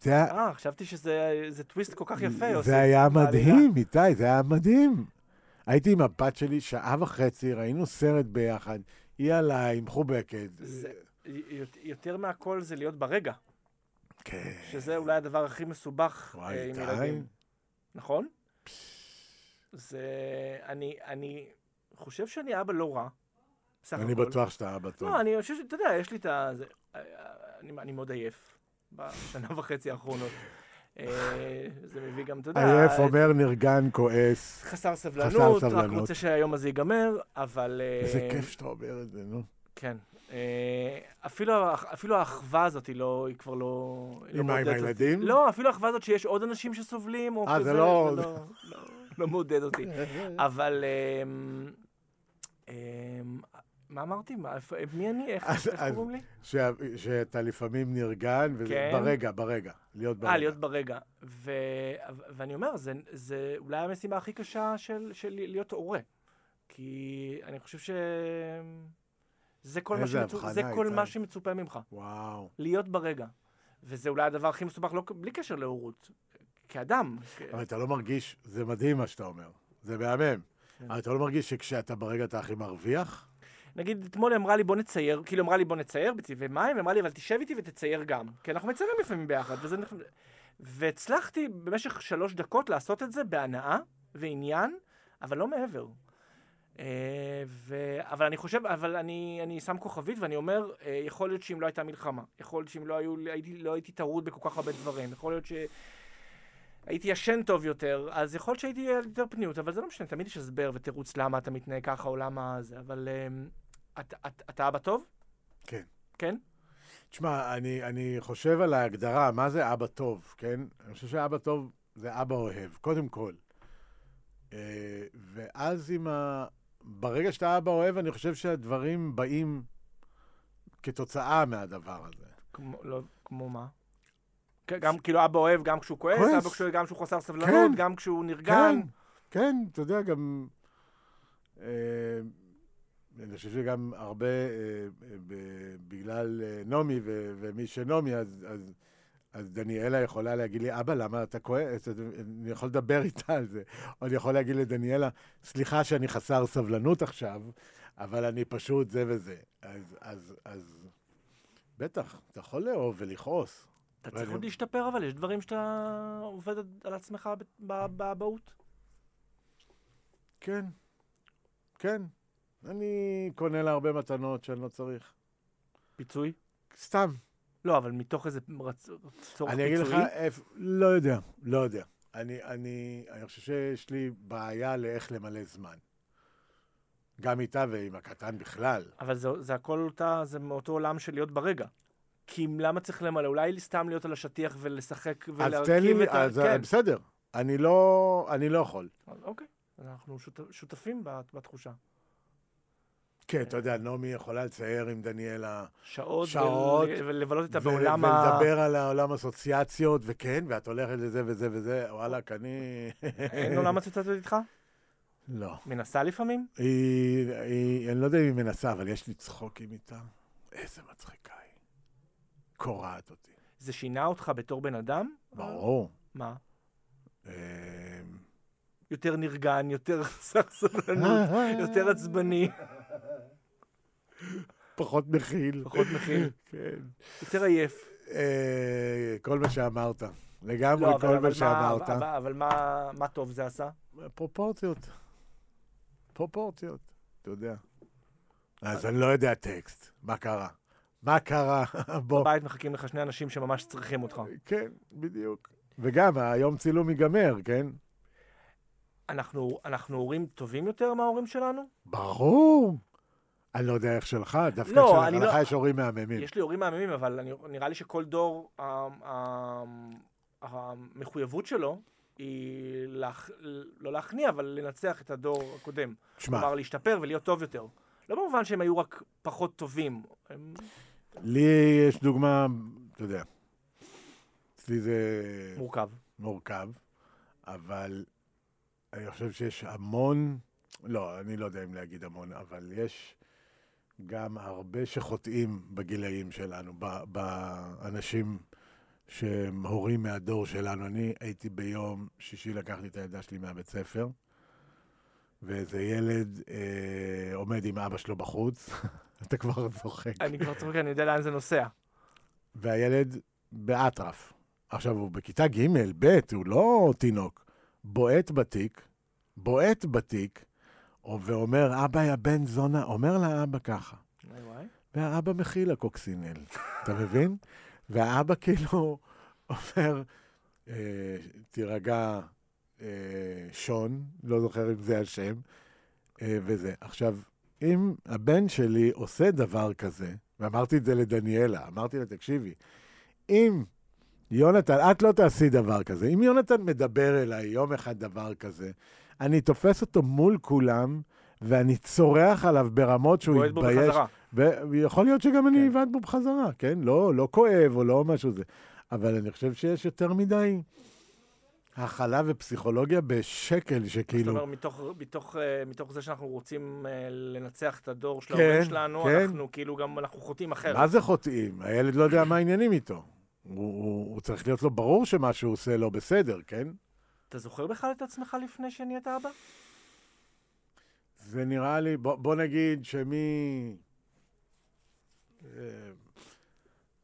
זה היה,
אה, חשבתי שזה זה טוויסט כל כך יפה, יוסי.
זה היה
בעלילה.
מדהים, איתי, זה היה מדהים. הייתי עם הבת שלי שעה וחצי, ראינו סרט ביחד, היא עליי, מחובקת.
זה- י- יותר מהכל זה להיות ברגע,
כן.
שזה אולי הדבר הכי מסובך
וואי,
אה, עם
די.
ילדים. נכון? זה... אני, אני חושב שאני אבא לא רע. בסך
אני
הכל.
בטוח שאתה אבא טוב.
לא, אני חושב ש... אתה יודע, יש לי את ה... זה- אה, אני, אני מאוד עייף בשנה וחצי האחרונות. אה, זה מביא גם, אתה יודע...
עייף
את-
אומר נרגן, כועס.
חסר סבלנות, רק
סבלנות.
רוצה שהיום הזה ייגמר, אבל... אה,
איזה כיף שאתה אומר את זה, נו.
כן. אה, אפילו, האח- אפילו האחווה הזאת היא לא, היא כבר לא... היא לא
עם ה- עם
מעודדת אותי.
הילדים?
לא, אפילו האחווה הזאת שיש עוד אנשים שסובלים, או
אה,
כזה,
זה לא-
לא, לא, לא מעודד
*laughs*
אותי. אבל... אמ, אמ, מה אמרתי? מה- איפה- מי אני? איך
אז-
איך
אז-
קוראים לי?
שה- שאתה לפעמים נרגן, וזה
כן.
ברגע, ברגע. להיות ברגע.
אה, להיות ברגע. ו... ואני אומר, זה, זה אולי המשימה הכי קשה של, של להיות הורה. כי אני חושב ש... זה כל, מה,
איזה
שמצו...
הבחנה,
זה כל
איתי.
מה שמצופה ממך,
וואו.
להיות ברגע. וזה אולי הדבר הכי מסובך, לא... בלי קשר להורות, כאדם. כ-
אבל אתה לא מרגיש, זה מדהים מה שאתה אומר. זה מהמם.
כן.
אבל אתה לא מרגיש שכשאתה ברגע אתה הכי מרוויח?
נגיד, אתמול היא אמרה לי, בוא נצייר, כאילו אמרה לי, בוא נצייר בצבעי מים, אמרה לי, אבל תשב איתי ותצייר גם. כי אנחנו מציירים לפעמים ביחד, וזה... נכון. והצלחתי במשך שלוש דקות לעשות את זה בהנאה ועניין, אבל לא מעבר. אה, ו... אבל אני חושב, אבל אני, אני שם כוכבית ואני אומר, אה, יכול להיות שאם לא הייתה מלחמה, יכול להיות שאם לא, היו, הייתי, לא הייתי טרוד בכל כך הרבה דברים, יכול להיות שהייתי ישן טוב יותר, אז יכול להיות שהייתי ילד יותר פניות, אבל זה לא משנה, תמיד יש הסבר ותירוץ למה אתה מתנהג ככה או למה זה, אבל אה, את- את- אתה אבא טוב?
כן.
כן?
תשמע, אני, אני חושב על ההגדרה, מה זה אבא טוב, כן? אני חושב שאבא טוב זה אבא אוהב, קודם כל. אה, ואז עם ה... ברגע שאתה אבא אוהב, אני חושב שהדברים באים כתוצאה מהדבר הזה.
כמו, לא, כמו מה? כ- גם כאילו אבא אוהב, גם כשהוא כועס,
כועס.
אבא כשהוא, גם כשהוא חסר סבלנות,
כן.
גם כשהוא נרגן.
כן, כן, אתה יודע, גם... אה, אני חושב שגם הרבה, אה, אה, ב- בגלל אה, נעמי ו- ומי שנעמי, אז, אז אז דניאלה יכולה להגיד לי, אבא, למה אתה כועס? אתה- אני יכול לדבר איתה על זה. או אני יכול להגיד לדניאלה, סליחה שאני חסר סבלנות עכשיו, אבל אני פשוט זה וזה. אז, אז, אז... בטח, אתה יכול לאהוב ולכעוס.
אתה צריך
אני-
עוד להשתפר, אבל יש דברים שאתה עובד על עצמך ב- ב- באבהות.
כן, כן. אני קונה לה הרבה מתנות שאני לא צריך.
פיצוי?
סתם.
לא, אבל מתוך איזה רצ- צורך
אני אגיד לך,
פיצוי?
איפ- לא יודע, לא יודע. אני, אני, אני חושב שיש לי בעיה לאיך למלא זמן. גם איתה ועם הקטן בכלל.
אבל זה, זה הכל אותה, זה מאותו עולם של להיות ברגע. כי אם- למה צריך למלא? אולי סתם להיות על השטיח ולשחק
אז תן לי,
ולהרכיב את ה...
אז
כן.
בסדר. אני לא, אני לא יכול.
אז אוקיי, אז אנחנו שות, שותפים בת- בתחושה.
כן, אתה יודע, נעמי יכולה לצייר עם דניאלה
שעות,
שעות,
ול, ולבלות
ו-
איתה בעולם ה...
ולדבר על העולם אסוציאציות, וכן, ואת הולכת לזה וזה וזה, וואלכ, אני... *laughs*
אין עולם הציטטות איתך?
לא.
מנסה לפעמים?
היא, היא, אני לא יודע אם היא מנסה, אבל יש לי צחוקים איתה. איזה מצחיקה היא. קורעת אותי.
זה שינה אותך בתור בן אדם?
ברור.
מה?
אמ,
יותר נרגן, יותר *laughs* חסר סבלנות, יותר עצבני,
פחות מכיל.
פחות מכיל,
כן.
יותר עייף.
אה, כל מה שאמרת.
לא,
לגמרי
אבל-
כל
אבל
מה
מה-
שאמרת.
אבל- אבל מה- מה טוב זה עשה?
פרופורציות. פרופורציות, אתה יודע. אז אני לא יודע טקסט, מה קרה? מה קרה? *laughs* בוא.
בבית מחכים לך שני אנשים שממש צריכים אותך.
כן, בדיוק. וגם, היום צילום ייגמר, כן?
אנחנו, אנחנו הורים טובים יותר מההורים שלנו?
ברור. אני לא יודע איך שלך, דווקא
לא,
שלך
אני
לך
לא-
יש הורים מהממים.
יש לי הורים מהממים, אבל אני, נראה לי שכל דור, ה- ה- המחויבות שלו היא להכ... לא להכניע, אבל לנצח את הדור הקודם.
תשמע,
כלומר, להשתפר ולהיות טוב יותר. לא במובן שהם היו רק פחות טובים. הם...
לי יש דוגמה, אתה יודע, אצלי זה
מורכב.
מורכב, אבל אני חושב שיש המון, לא, אני לא יודע אם להגיד המון, אבל יש גם הרבה שחוטאים בגילאים שלנו, ב- באנשים שהם הורים מהדור שלנו. אני הייתי ביום שישי, לקחתי את הילדה שלי מהבית ספר, ואיזה ילד אה, עומד עם אבא שלו בחוץ, *laughs* אתה כבר צוחק.
אני כבר צוחק, אני יודע לאן זה נוסע.
והילד באטרף. עכשיו, הוא בכיתה ג', ב', הוא לא תינוק. בועט בתיק, בועט בתיק, ואומר, אבא יא בן זונה, אומר לאבא ככה.
וואי, וואי.
והאבא מכיל הקוקסינל, *laughs* אתה מבין? והאבא כאילו אומר, אה, תירגע, אה, שון, לא זוכר אם זה השם, אה, וזה. עכשיו, אם הבן שלי עושה דבר כזה, ואמרתי את זה לדניאלה, אמרתי לה, תקשיבי, אם יונתן, את לא תעשי דבר כזה, אם יונתן מדבר אליי יום אחד דבר כזה, אני תופס אותו מול כולם, ואני צורח עליו ברמות שהוא
בועט בו
יתבייש.
בחזרה.
ויכול להיות שגם אני
כן.
אבעט בו בחזרה, כן? לא, לא כואב או לא משהו זה. אבל אני חושב שיש יותר מדי הכלה ופסיכולוגיה בשקל
זאת
שכאילו...
אומרת, מתוך, מתוך, אה, מתוך זה שאנחנו רוצים אה, לנצח את הדור של
כן,
ההורים שלנו,
כן.
אנחנו כאילו גם, אנחנו חוטאים אחרת.
מה זה חוטאים? הילד לא יודע מה העניינים איתו. הוא, הוא, הוא צריך להיות לו ברור שמה שהוא עושה לא בסדר, כן?
אתה זוכר בכלל את עצמך לפני שנהיית אבא?
זה נראה לי, בוא, בוא נגיד שמי... אה,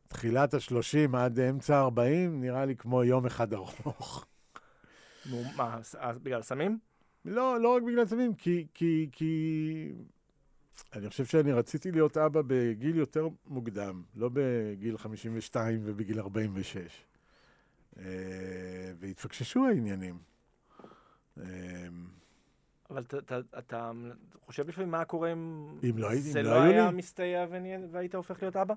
תחילת ה-30 עד אמצע ה-40 נראה לי כמו יום אחד ארוך.
נו, מה, ס- אה, בגלל סמים?
לא, לא רק בגלל סמים, כי, כי, כי... אני חושב שאני רציתי להיות אבא בגיל יותר מוקדם, לא בגיל 52 ובגיל 46. אה, והתפקששו העניינים. אה,
אבל אתה- אתה- אתה חושב לפעמים מה קורה אם...
אם לא הייתי-
זה
אם
לא
לא היו
היה
לי.
מסתייע ונהיה- והיית הופך להיות אבא?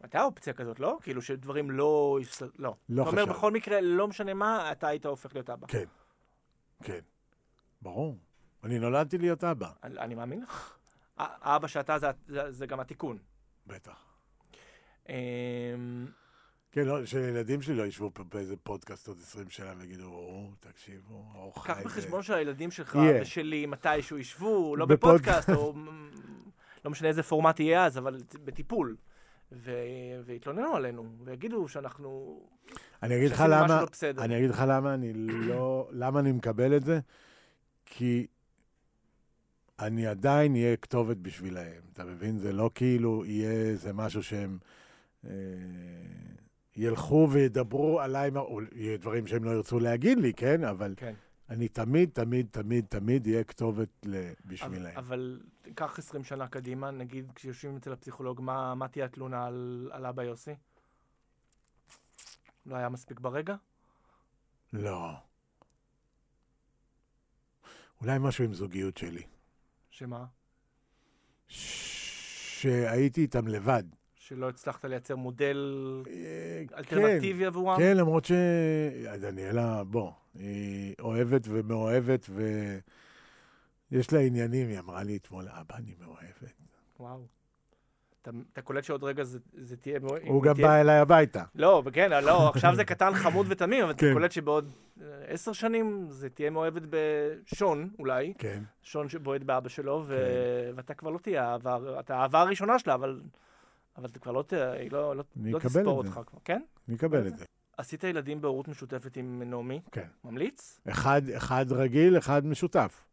הייתה אופציה כזאת, לא? כאילו שדברים לא... יפס- לא.
לא
אתה אומר,
חשב.
בכל מקרה, לא משנה מה, אתה היית הופך להיות אבא.
כן, כן, ברור. אני נולדתי להיות אבא,
אני אני מאמין לך. ה- האבא שאתה זה- זה- זה גם התיקון.
בטח.
אמ,
כן, לא, שלילדים שלי לא ישבו פה באיזה פודקאסט עוד 20 שנה ויגידו, "או, תקשיבו, אור חי.
קח
זה-
בחשבון שהילדים שלך
יהיה.
ושלי מתישהו ישבו, לא
בפודקאסט.
בפודקאסט, או לא משנה איזה פורמט יהיה אז, אבל בטיפול. ו- ויתלוננו עלינו, ויגידו שאנחנו...
אה." אני אגיד לך
שעשינו משהו
למה,
לא בסדר.
אני אגיד לך למה אני לא, למה אני מקבל את זה, כי אני עדיין אהיה כתובת בשבילהם, אתה מבין? זה לא כאילו יהיה איזה משהו שהם אה, ילכו וידברו עליי, מה- או יהיה דברים שהם לא ירצו להגיד לי, כן? אבל
כן.
אני תמיד, תמיד, תמיד, תמיד אהיה כתובת ל-
אבל,
בשבילהם.
אבל קח 20 שנה קדימה, נגיד כשיושבים אצל הפסיכולוג, מה, מה תהיה התלונה על, על אבא יוסי? לא היה מספיק ברגע?
לא. אולי משהו עם זוגיות שלי.
שמה?
שהייתי איתם לבד.
שלא הצלחת לייצר מודל
אה,
אלטרנטיבי
כן,
עבורם?
כן, למרות ש... דניאלה, בוא, היא אוהבת ומאוהבת ו... יש לה עניינים, היא אמרה לי אתמול, אבא, אני מאוהבת.
וואו. אתה, אתה קולט שעוד רגע זה, זה תהיה...
הוא גם
תהיה-
בא אליי הביתה.
לא, כן, לא, עכשיו זה קטן חמוד ותמים, אבל אתה
כן.
קולט שבעוד אה, עשר שנים זה תהיה מאוהבת בשון, אולי,
כן.
שון שבועט באבא שלו, ו... ואתה כבר לא תהיה האהבה, אתה האהבה הראשונה שלה, אבל, אבל אתה כבר לא, ת... היא לא, לא,
אני
לא
אקבל
תספור
את זה.
אותך כבר, כן?
אני אקבל את זה.
עשית ילדים בהורות משותפת עם נעמי?
כן.
ממליץ?
אחד, אחד רגיל, אחד משותף.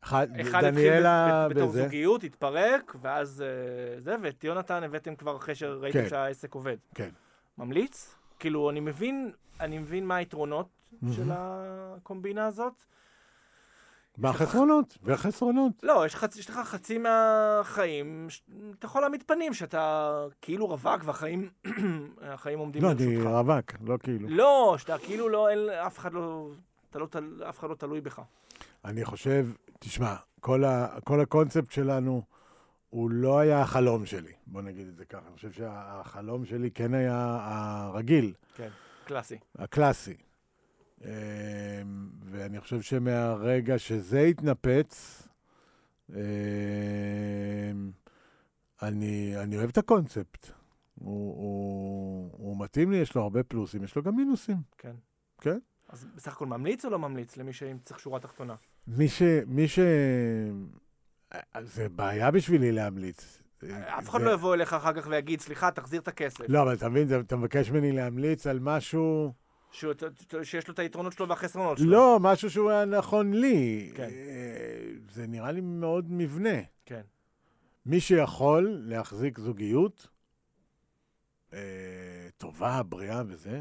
אחד,
אחד
דניאלה
התחיל ב- בתור
בזה.
זוגיות, התפרק, ואז אה, זה, ואת יונתן הבאתם כבר אחרי שראיתם
כן.
שהעסק עובד.
כן.
ממליץ? כאילו, אני מבין, אני מבין מה היתרונות של הקומבינה הזאת.
מה החסרונות? והחסרונות.
לא, יש, חצ... יש לך חצי מהחיים, ש... אתה יכול להעמיד פנים שאתה כאילו רווק והחיים *clears throat* החיים עומדים
לא, אני
לרשותך.
רווק, לא כאילו.
לא, שאתה כאילו לא, אין, אף אחד לא, אתה לא, תל- אף אחד לא תלוי בך.
אני חושב, תשמע, כל, ה, כל הקונספט שלנו הוא לא היה החלום שלי, בוא נגיד את זה ככה. אני חושב שהחלום שלי כן היה הרגיל,
כן. קלאסי.
הקלאסי. אמ, ואני חושב שמהרגע שזה התנפץ, אמ, אני, אני אוהב את הקונספט. הוא, הוא, הוא מתאים לי, יש לו הרבה פלוסים, יש לו גם מינוסים.
כן.
כן.
אז בסך הכל ממליץ או לא ממליץ למי שצריך שורה תחתונה?
מי ש... מי ש... אה, זה בעיה בשבילי להמליץ.
אף אחד
זה-
לא יבוא אליך אחר כך ויגיד, סליחה, תחזיר את הכסף.
לא, אבל אתה מבין, זה- אתה מבקש ממני להמליץ על משהו...
שהוא- ת- ת- שיש לו את היתרונות שלו והחסרונות שלו.
לא, משהו שהוא היה נכון לי.
כן.
אה, זה נראה לי מאוד מבנה.
כן.
מי שיכול להחזיק זוגיות אה, טובה, בריאה וזה,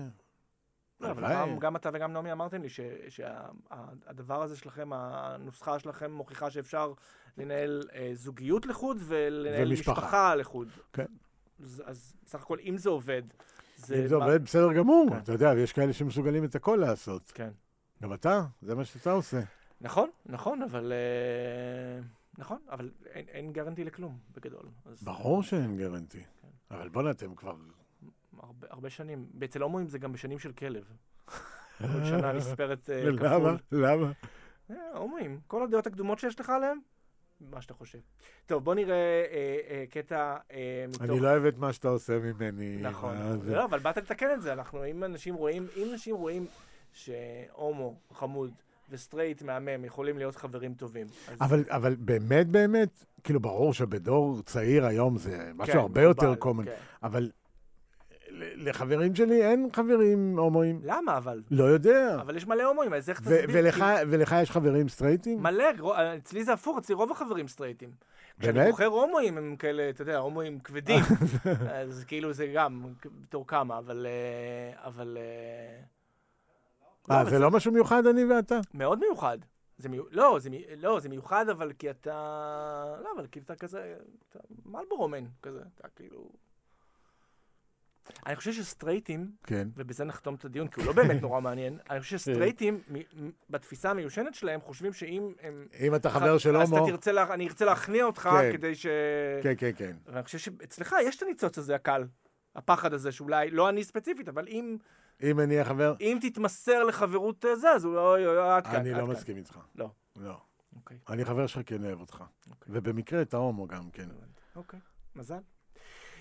לא, אבל
הלוואי.
גם- גם אתה וגם נעמי אמרתם לי שהדבר הזה שלכם, הנוסחה שלכם מוכיחה שאפשר לנהל אה, זוגיות לחוד ולנהל
ומשפחה.
משפחה לחוד.
כן.
אז- אז בסך הכל, אם זה עובד, זה...
אם זה
מה-
עובד בסדר גמור,
כן.
אתה יודע, ויש כאלה שמסוגלים את הכל לעשות.
כן.
גם אתה, זה מה שאתה עושה.
נכון, נכון, אבל... אה, נכון, אבל אין- אין גרנטי לכלום, בגדול. אז
ברור שאין גרנטי. אבל בוא'נה, אתם כבר...
הרבה- הרבה שנים. אצל הומואים זה גם בשנים של כלב.
אה.
כל שנה נספרת אה,
למה?
כפול.
למה?
אה, הומואים, כל הדעות הקדומות שיש לך עליהם, מה שאתה חושב. טוב, בוא נראה אה, אה, קטע אה, מתוך...
אני לא אוהב את מה שאתה עושה ממני.
נכון.
מה זה?
לא, אבל באת לתקן את זה, אנחנו, אם אנשים רואים, אם אנשים רואים שהומו חמוד וסטרייט מהמם יכולים להיות חברים טובים. אז-
אבל, אבל באמת, באמת, כאילו, ברור שבדור צעיר היום זה משהו
כן,
הרבה
מקובל,
יותר common,
כן.
אבל ל- לחברים שלי אין חברים הומואים.
למה אבל?
לא יודע.
אבל יש מלא הומואים, אז איך
ו-
תסביר?
ולך-
כאילו,
ולך יש חברים סטרייטים?
מלא, רו- אצלי זה הפוך, אצלי רוב החברים סטרייטים. כשאני
באמת?
בוחר הומואים הם כאלה, אתה יודע, הומואים כבדים. אז כאילו זה גם, בתור כמה, אבל... אה, אבל... אה, לא,
אה,
אבל
זה לא משהו מיוחד, אני ואתה?
מאוד מיוחד. זה מיו... לא, זה מי... לא, זה מיוחד, אבל כי אתה... לא, אבל כי אתה כזה... אתה מלבורומן כזה, אתה כאילו... אני חושב שסטרייטים,
כן.
ובזה נחתום את הדיון, כי הוא לא באמת נורא מעניין, אני חושב שסטרייטים, מ... מ- בתפיסה המיושנת שלהם, חושבים שאם הם...
אם אתה חבר של
אז אתה
הומו...
תרצה, לה... אני ארצה להכניע אותך
כן.
כדי ש...
כן, כן, כן.
אבל אני חושב שאצלך יש את הניצוץ הזה הקל, הפחד הזה, שאולי, לא אני ספציפית, אבל אם,
אם אני אהיה חבר...
אם תתמסר לחברות אה, זה, אז הוא לא... לא- עד כאן,
אני
עד
לא
כאן.
מסכים איתך.
לא.
לא.
אוקיי.
אני חבר שלך כי אני אוהב אותך.
אוקיי.
ובמקרה אתה הומו גם כן.
אוקיי, מזל.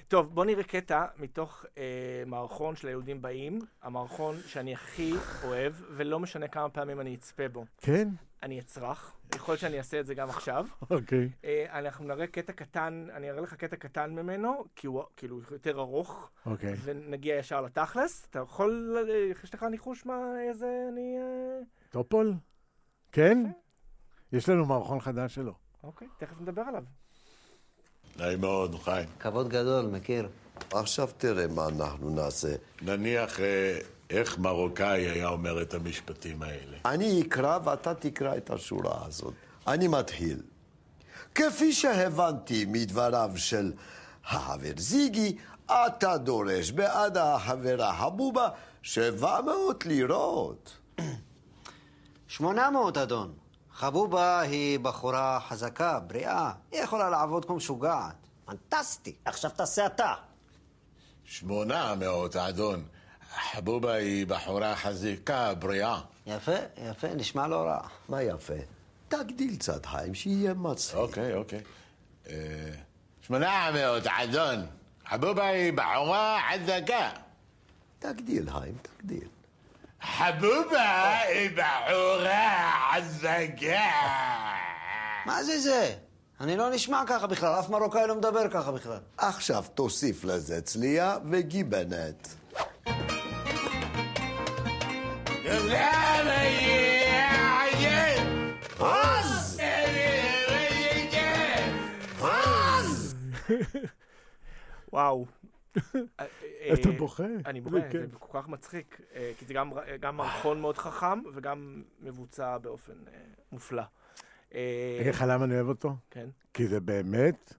טוב, בוא נראה קטע מתוך אה, מערכון של היהודים באים, המערכון שאני הכי אוהב, ולא משנה כמה פעמים אני אצפה בו.
כן?
אני אצרח, יכול להיות שאני אעשה את זה גם עכשיו.
אוקיי.
אה, אנחנו נראה קטע קטן, אני אראה לך קטע קטן ממנו, כי הוא כאילו יותר ארוך,
אוקיי.
ונגיע ישר לתכלס. אתה יכול, אה, יש לך ניחוש מה, איזה אני... אה,
טופול? כן? יש לנו מערכון חדש שלו.
אוקיי, תכף נדבר עליו.
נעים מאוד, חיים.
כבוד גדול, מכיר.
עכשיו תראה מה אנחנו נעשה.
נניח אה, איך מרוקאי היה אומר את המשפטים האלה.
אני אקרא ואתה תקרא את השורה הזאת. אני מתחיל. כפי שהבנתי מדבריו של החבר זיגי, אתה דורש בעד החברה חבובה 700 לירות.
800, אדון. חבובה היא בחורה חזקה, בריאה. היא יכולה לעבוד כמו משוגעת. פנטסטי.
עכשיו תעשה אתה.
שמונה מאות, אדון. חבובה היא בחורה חזיקה, בריאה.
יפה, יפה, נשמע לא רע.
מה יפה? תגדיל קצת, חיים, שיהיה מצחיק.
אוקיי, אוקיי. אה, שמונה מאות, אדון. חבובה היא בחורה חזקה.
תגדיל, חיים, תגדיל.
חבובה היא בחורה חזקה.
מה זה זה? אני לא נשמע ככה בכלל, אף מרוקאי לא מדבר ככה בכלל.
עכשיו תוסיף לזה צליה וגיבנת. אז!
*laughs*
וואו. אה, אה,
אתה בוכה? כן.
אני
זה
בוכה, זה
כיף.
כל כך מצחיק, אה, כי זה גם ר- גם מערכון מאוד חכם, וגם מבוצע באופן אה, מופלא. אה,
אגיד לך למה אני אוהב אותו?
כן.
כי זה באמת,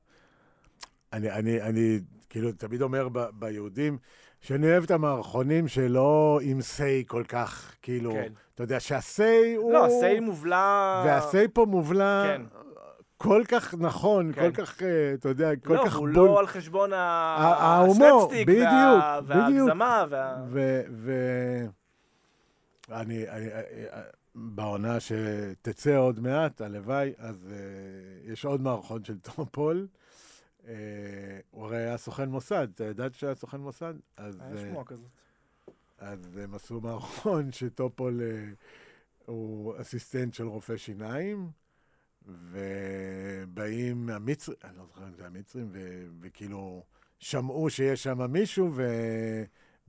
אני, אני, אני כאילו תמיד אומר ב, ביהודים, שאני אוהב את המערכונים שלא עם סיי כל כך, כאילו,
כן.
אתה יודע שהסיי הוא...
לא, הסיי מובלע...
והסיי פה מובלע
כן.
כל כך נכון,
כן.
כל כך, אה, אתה יודע, כל
לא,
כך
הוא
בול.
לא על חשבון ה-
ההומור,
הסלפסטיק
בדיוק,
וה-
בדיוק.
וההגזמה. וה-
ו... ו... אני, אני, בעונה שתצא עוד מעט, הלוואי, אז uh, יש עוד מערכון של *laughs* טומפול. Uh, הוא הרי היה סוכן מוסד, אתה ידעת שהיה סוכן מוסד? אז,
היה
אה,
שמועה כזאת.
אז הם עשו מערכון *laughs* שטופול אה, הוא אסיסטנט של רופא שיניים, ובאים המצרים, אני לא זוכר אם זה המצרים, ו, וכאילו שמעו שיש שם מישהו, ו,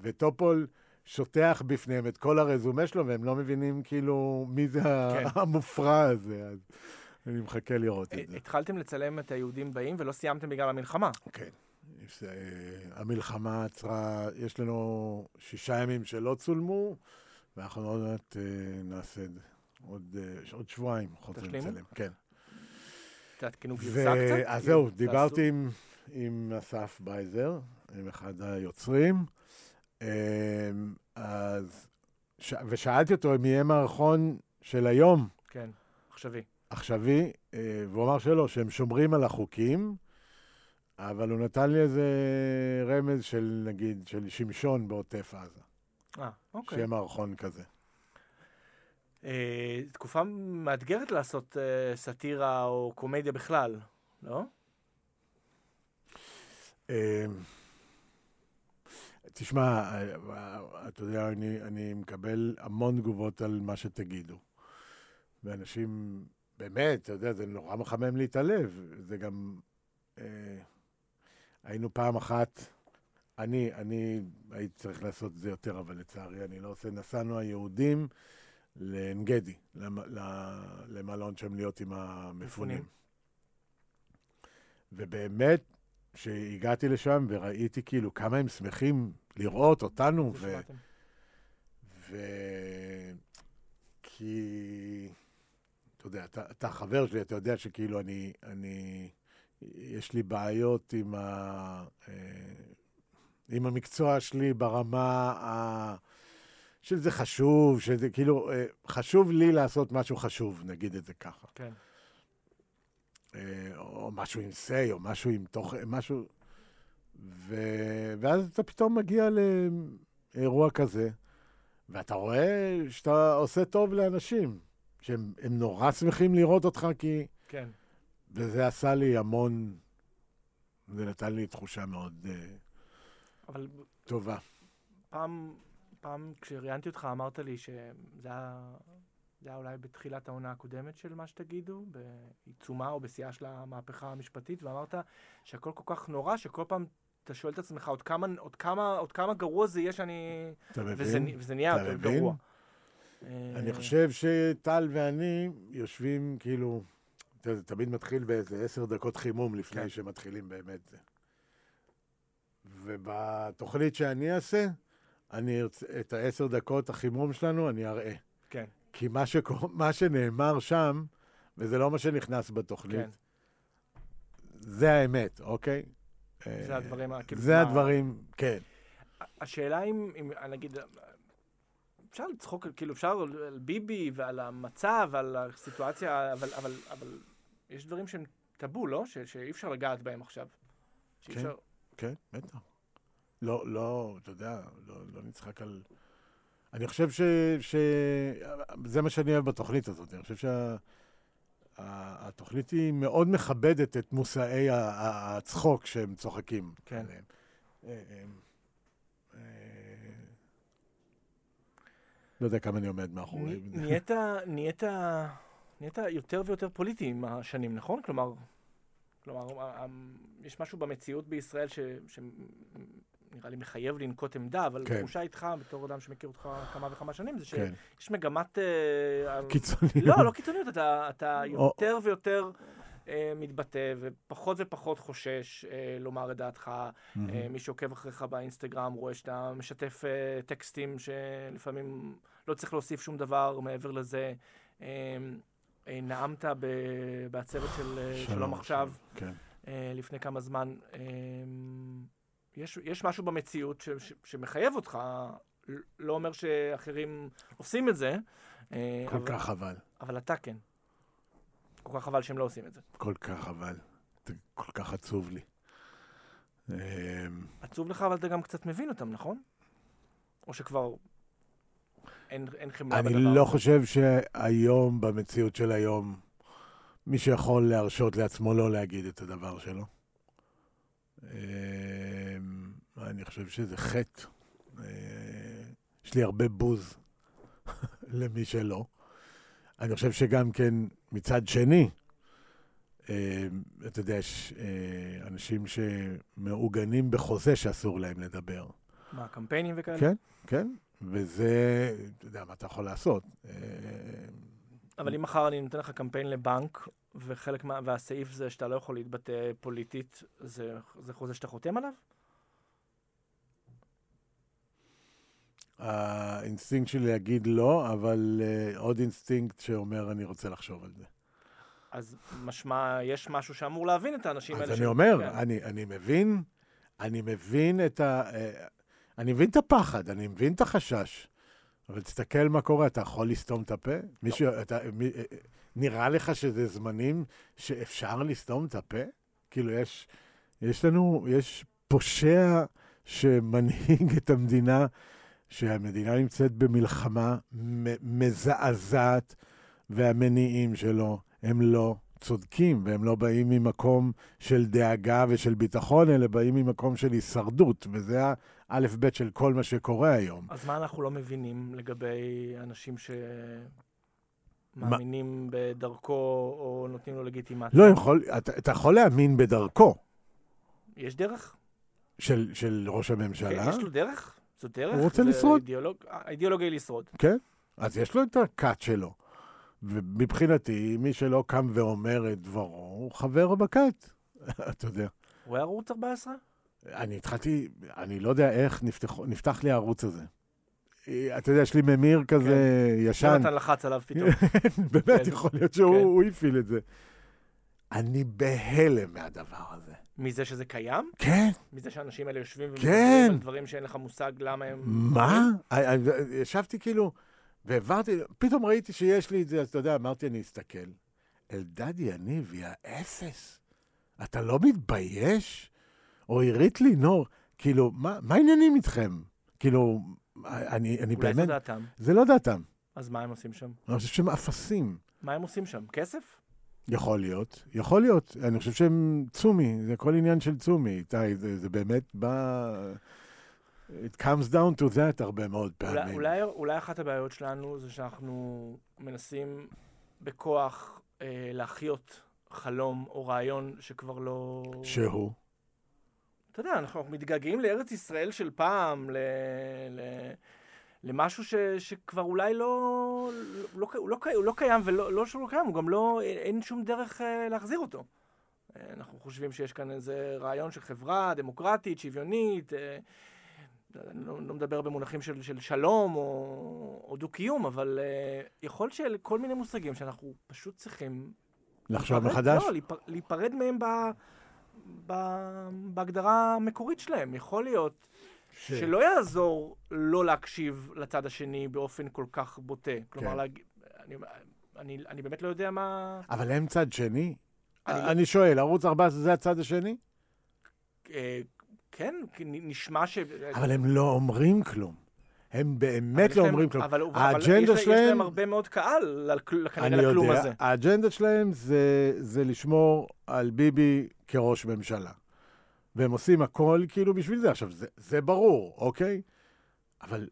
וטופול שוטח בפניהם את כל הרזומה שלו, והם לא מבינים כאילו מי זה
כן.
כן. המופרע הזה. אז אני מחכה לראות את זה.
אה, התחלתם לצלם את היהודים באים ולא סיימתם בגלל המלחמה.
כן. יש, אה, המלחמה עצרה, יש לנו שישה ימים שלא צולמו, ואנחנו עוד מעט אה, נעשה את זה. עוד, אה, ש- עוד שבועיים חוזרים
תשלימו?
לצלם. כן. אה,
תעדכנו גרסה קצת?
אז
כאילו,
זהו,
תעשו-
דיברתי עם, עם אסף בייזר, עם אחד היוצרים, אה, אז, ש, ושאלתי אותו אם יהיה מערכון של היום
כן, עכשווי.
עכשווי, אה, והוא אמר שלא, שהם שומרים על החוקים, אבל הוא נתן לי איזה רמז של, נגיד, של שמשון בעוטף עזה,
אה,
okay.
אוקיי.
שיהיה מערכון כזה.
אה, תקופה מאתגרת לעשות אה, סאטירה או קומדיה בכלל, לא?
אה, תשמע, אה, אה, אתה יודע, אני, אני מקבל המון תגובות על מה שתגידו. ואנשים, באמת, אתה יודע, זה נורא מחמם לי את הלב. זה גם... אה, היינו פעם אחת, אני, אני הייתי צריך לעשות את זה יותר, אבל לצערי אני לא עושה. נסענו היהודים לעין-גדי, למ, ל- למלון שם להיות עם המפונים.
מפונים.
ובאמת, שהגעתי לשם וראיתי כאילו כמה הם שמחים לראות אותנו,
זה
ו...
שמעתם.
ו... כי... אתה יודע, אתה, אתה חבר שלי, אתה יודע שכאילו אני... אני... יש לי בעיות עם, ה... אה, עם המקצוע שלי ברמה ה... שזה חשוב, שזה כאילו... אה, חשוב לי לעשות משהו חשוב, נגיד את זה ככה.
כן.
אה, או משהו עם say, או משהו עם תוכן, משהו... ו... ואז אתה פתאום מגיע לאירוע כזה, ואתה רואה שאתה עושה טוב לאנשים, שהם הם נורא שמחים לראות אותך, כי...
כן.
וזה עשה לי המון זה נתן לי תחושה מאוד אה,
אבל
טובה.
פעם, פעם כשראיינתי אותך אמרת לי שזה היה, זה היה אולי בתחילת העונה הקודמת של מה שתגידו, בעיצומה או בשיאה של המהפכה המשפטית, ואמרת שהכל כל כך נורא, שכל פעם אתה שואל את עצמך עוד כמה, עוד כמה, עוד כמה גרוע זה יהיה שאני...
אתה מבין?
וזה, נ- וזה נהיה
אתה
יותר
מבין?
גרוע. אה,
אני חושב שטל ואני יושבים כאילו, אתה יודע, זה תמיד מתחיל באיזה עשר דקות חימום
כן.
לפני שמתחילים באמת זה. ובתוכנית שאני אעשה, אני ארצ- את העשר דקות החימום שלנו אני אראה.
כן,
כי מה, שקו- מה שנאמר שם, וזה לא מה שנכנס בתוכנית,
כן.
זה האמת, אוקיי? אה,
זה הדברים, ה- כאילו,
זה
מה-
הדברים, כן.
השאלה אם, אם אה, נגיד, אפשר לצחוק, כאילו אפשר על על ביבי ועל המצב ועל הסיטואציה, אבל, אבל, אבל יש דברים שהם טאבו, לא? ש, שאי אפשר לגעת בהם עכשיו. שאי
כן.
אפשר-
כן, בטח. לא, לא, אתה יודע, לא, לא נצחק על... אני חושב ש... ש... זה מה שאני אוהב בתוכנית הזאת. אני חושב שה... ה- התוכנית היא מאוד מכבדת את מושאי ה- ה- הצחוק שהם צוחקים.
כן.
עליהם. אה, אה, אה, לא יודע כמה אני עומד מאחורי.
נה- נהיית, נהיית, נהיית יותר ויותר פוליטי עם השנים, נכון? כלומר, כלומר ה- ה- יש משהו במציאות בישראל ש... ש... נראה לי מחייב לנקוט עמדה, אבל
כן.
התחושה איתך, בתור אדם שמכיר אותך כמה וכמה שנים, זה שיש
כן.
מגמת... אה, ה-
קיצוני.
לא, לא קיצוניות, אתה, אתה
או-
יותר ויותר אה, מתבטא ופחות ופחות חושש אה, לומר את דעתך. אה, מי שעוקב אחריך באינסטגרם רואה שאתה משתף אה, טקסטים שלפעמים לא צריך להוסיף שום דבר מעבר לזה. אה, אה, נאמת ב- בצוות של אה, שלום עכשיו
כן.
אה, לפני כמה זמן. אה, יש, יש משהו במציאות ש, ש, שמחייב אותך, ל- לא אומר שאחרים עושים את זה. אה,
כל
אבל-
כך חבל.
אבל אתה כן. כל כך חבל שהם לא עושים את זה.
כל כך חבל. זה כל כך עצוב לי. אה,
עצוב לך, אבל אתה גם קצת מבין אותם, נכון? או שכבר אין, אין חמלה
אני
בדבר.
לא חושב שהיום, במציאות של היום, מי שיכול להרשות לעצמו לא להגיד את הדבר שלו. אמ, אני חושב שזה חטא. אה, יש לי הרבה בוז *laughs* למי שלא. אני חושב שגם כן, מצד שני, אמ, אתה יודע, יש אה, אנשים שמעוגנים בחוזה שאסור להם לדבר.
מה, קמפיינים וכאלה?
כן, כן. וזה, אתה יודע, מה אתה יכול לעשות? אה,
אבל אם מחר אני נותן לך קמפיין לבנק, וחלק מה... והסעיף זה שאתה לא יכול להתבטא פוליטית, זה, זה חוזה שאתה חותם עליו?
האינסטינקט שלי להגיד לא, אבל אה, עוד אינסטינקט שאומר, אני רוצה לחשוב על זה.
אז משמע, יש משהו שאמור להבין את האנשים
אז
האלה.
אני
ש-
אומר,
כן.
אני אני מבין, אני מבין את ה... אה, אני מבין את הפחד, אני מבין את החשש, אבל תסתכל מה קורה, אתה יכול לסתום את הפה? מישהו, אתה, מי, אה, אה, נראה לך שזה זמנים שאפשר לסתום את הפה? כאילו, יש, יש לנו, יש פושע שמנהיג את המדינה, שהמדינה נמצאת במלחמה מ- מזעזעת, והמניעים שלו הם לא צודקים, והם לא באים ממקום של דאגה ושל ביטחון, אלא באים ממקום של הישרדות, וזה האלף-בית של כל מה שקורה היום.
אז מה אנחנו לא מבינים לגבי אנשים שמאמינים בדרכו או נותנים לו לגיטימציה?
לא יכול, אתה, אתה יכול להאמין בדרכו
יש דרך? של...
של, של ראש הממשלה,
כן, יש לו דרך? זו דרך?
הוא רוצה
זה
לשרוד.
אידיאולוג... האידיאולוגיה היא לשרוד.
אז יש לו את הכת שלו. ומבחינתי, מי שלא קם ואומר את דברו, הוא חבר בכת, *laughs* אתה יודע.
הוא היה ערוץ 14?
אני התחלתי, אני לא יודע איך נפתח, נפתח לי הערוץ הזה. אה, אתה יודע, יש לי ממיר כזה ישן.
כן. יונתן לחץ עליו פתאום.
*laughs* באמת,
כן.
יכול להיות
כן.
שהוא הוא הפעיל את זה. אני בהלם מהדבר הזה.
מזה שזה קיים?
כן,
מזה שהאנשים האלה יושבים
כן.
ומדברים על דברים שאין לך מושג למה הם...
מה? אני- אני- ישבתי כאילו, והעברתי, פתאום ראיתי שיש לי את זה, אז אתה יודע, אמרתי, אני אסתכל. אלדד יניב, יא אפס. אתה לא מתבייש? או עירית לינור, כאילו, מה מה העניינים איתכם? כאילו, אני אני
אולי זו
באמת...
דעתם.
זה לא דעתם.
אז מה הם עושים שם?
אני חושב שהם אפסים.
מה הם עושים שם? כסף?
יכול להיות, יכול להיות. אני חושב שהם צומי, זה כל עניין של צומי, איתי, זה, זה באמת בא... It comes down to that הרבה מאוד
אולי,
פעמים.
אולי, אולי אחת הבעיות שלנו זה שאנחנו מנסים בכוח אה, להחיות חלום או רעיון שכבר לא...
שהוא.
אתה יודע, אנחנו מתגעגעים לארץ ישראל של פעם, ל... ל... למשהו ש... שכבר אולי לא... לא... לא... הוא לא... קי- הוא לא קיים, ולא לא שהוא לא קיים, הוא גם לא... אין שום דרך אה, להחזיר אותו. אה, אנחנו חושבים שיש כאן איזה רעיון של חברה דמוקרטית, שוויונית, אה, אני לא, לא מדבר במונחים של, של שלום או, או דו-קיום, אבל אה, יכול שאלה כל מיני מושגים שאנחנו פשוט צריכים
לחשוב
להיפרד-
מחדש?
לא, להיפר, להיפרד מהם ב, ב, בהגדרה המקורית שלהם. יכול להיות ש...
כן.
שלא יעזור לא להקשיב לצד השני באופן כל כך בוטה. כלומר,
כן.
כן. להג... אני, אני, אני באמת לא יודע מה...
אבל הם צד שני?
אני לא-
אני שואל, ערוץ 14 זה הצד השני?
אה, כן, כי נ- נשמע ש...
אבל הם לא אומרים כלום. הם
אבל
באמת
יש
לא
להם-
אומרים כלום.
אבל, אבל יש,
האג'נדה
להם- יש
שלהם,
להם הרבה מאוד קהל, על- כנראה,
אני
לכלום
יודע,
הזה.
האג'נדה שלהם זה, זה לשמור על ביבי כראש ממשלה. והם עושים הכל כאילו בשביל זה. עכשיו, זה, זה ברור, אוקיי? אבל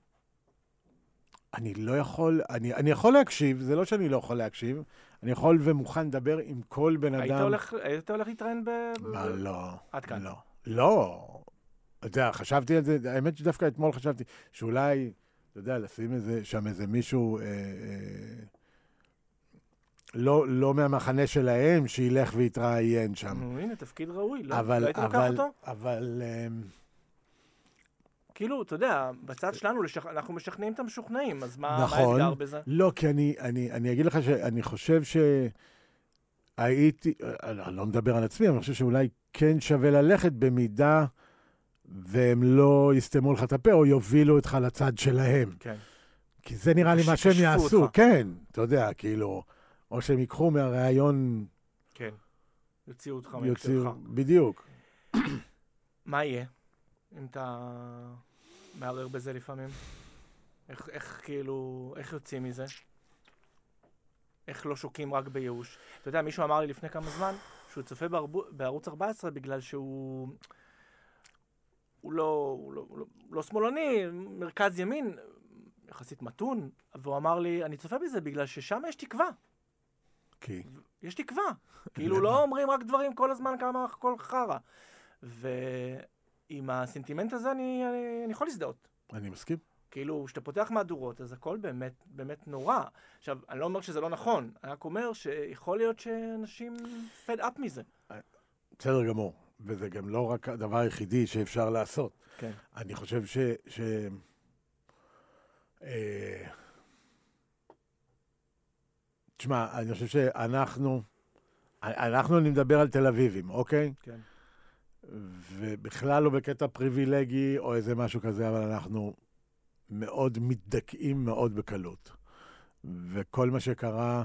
אני לא יכול, אני, אני יכול להקשיב, זה לא שאני לא יכול להקשיב, אני יכול ומוכן לדבר עם כל בן
היית
אדם.
הולך, היית הולך להתראיין ב...
מה, לא.
אה, עד כאן.
לא. לא. אתה יודע, חשבתי על זה, האמת שדווקא אתמול חשבתי שאולי, אתה יודע, לשים איזה, שם איזה מישהו אה, אה, לא, לא מהמחנה שלהם, שילך ויתראיין שם.
נו, הנה, תפקיד ראוי, לא?
אבל,
לא היית לוקח
אבל,
אותו?
אבל, אמ,
כאילו, אתה יודע, בצד שלנו, לשכ- אנחנו משכנעים את המשוכנעים, אז מה מה
נכון.
האתגר בזה?
לא, כי אני, אני, אני אגיד לך שאני חושב שהייתי, אני אני לא מדבר על עצמי, אבל אני חושב שאולי כן שווה ללכת במידה והם לא יסתמו לך את הפה או יובילו אותך לצד שלהם.
כן.
כי זה נראה לי מה שהם
ישפו
יעשו,
אותך.
כן, אתה יודע, כאילו, או שהם ייקחו מהראיון,
כן. יוציאו אותך מהקשרך.
יוציאו, בדיוק.
מה יהיה אם אתה מערער בזה לפעמים? איך, איך כאילו, איך יוצאים מזה? איך לא שוקעים רק בייאוש? אתה יודע, מישהו אמר לי לפני כמה זמן שהוא צופה בערב- בערוץ 14 בגלל שהוא... הוא לא, הוא, לא, הוא, לא, הוא לא שמאלני, מרכז ימין, יחסית מתון, והוא אמר לי, אני צופה בזה בגלל ששם יש תקווה.
כי
יש
*laughs*
תקווה. כאילו, לא אומרים רק דברים כל הזמן, כמה הכל חרא. ועם הסנטימנט הזה אני, אני, אני יכול להזדהות.
אני מסכים.
כאילו, כשאתה פותח מהדורות, אז הכל באמת, באמת נורא. עכשיו, אני לא אומר שזה לא נכון, אני רק אומר שיכול להיות שאנשים fed up מזה.
בסדר גמור. וזה גם לא רק הדבר היחידי שאפשר לעשות.
כן.
אני חושב ש... ש... אה, תשמע, אני חושב שאנחנו, אנחנו, אני מדבר על תל אביבים, אוקיי?
כן.
ובכלל לא בקטע פריבילגי או איזה משהו כזה, אבל אנחנו מאוד מתדכאים מאוד בקלות. וכל מה שקרה,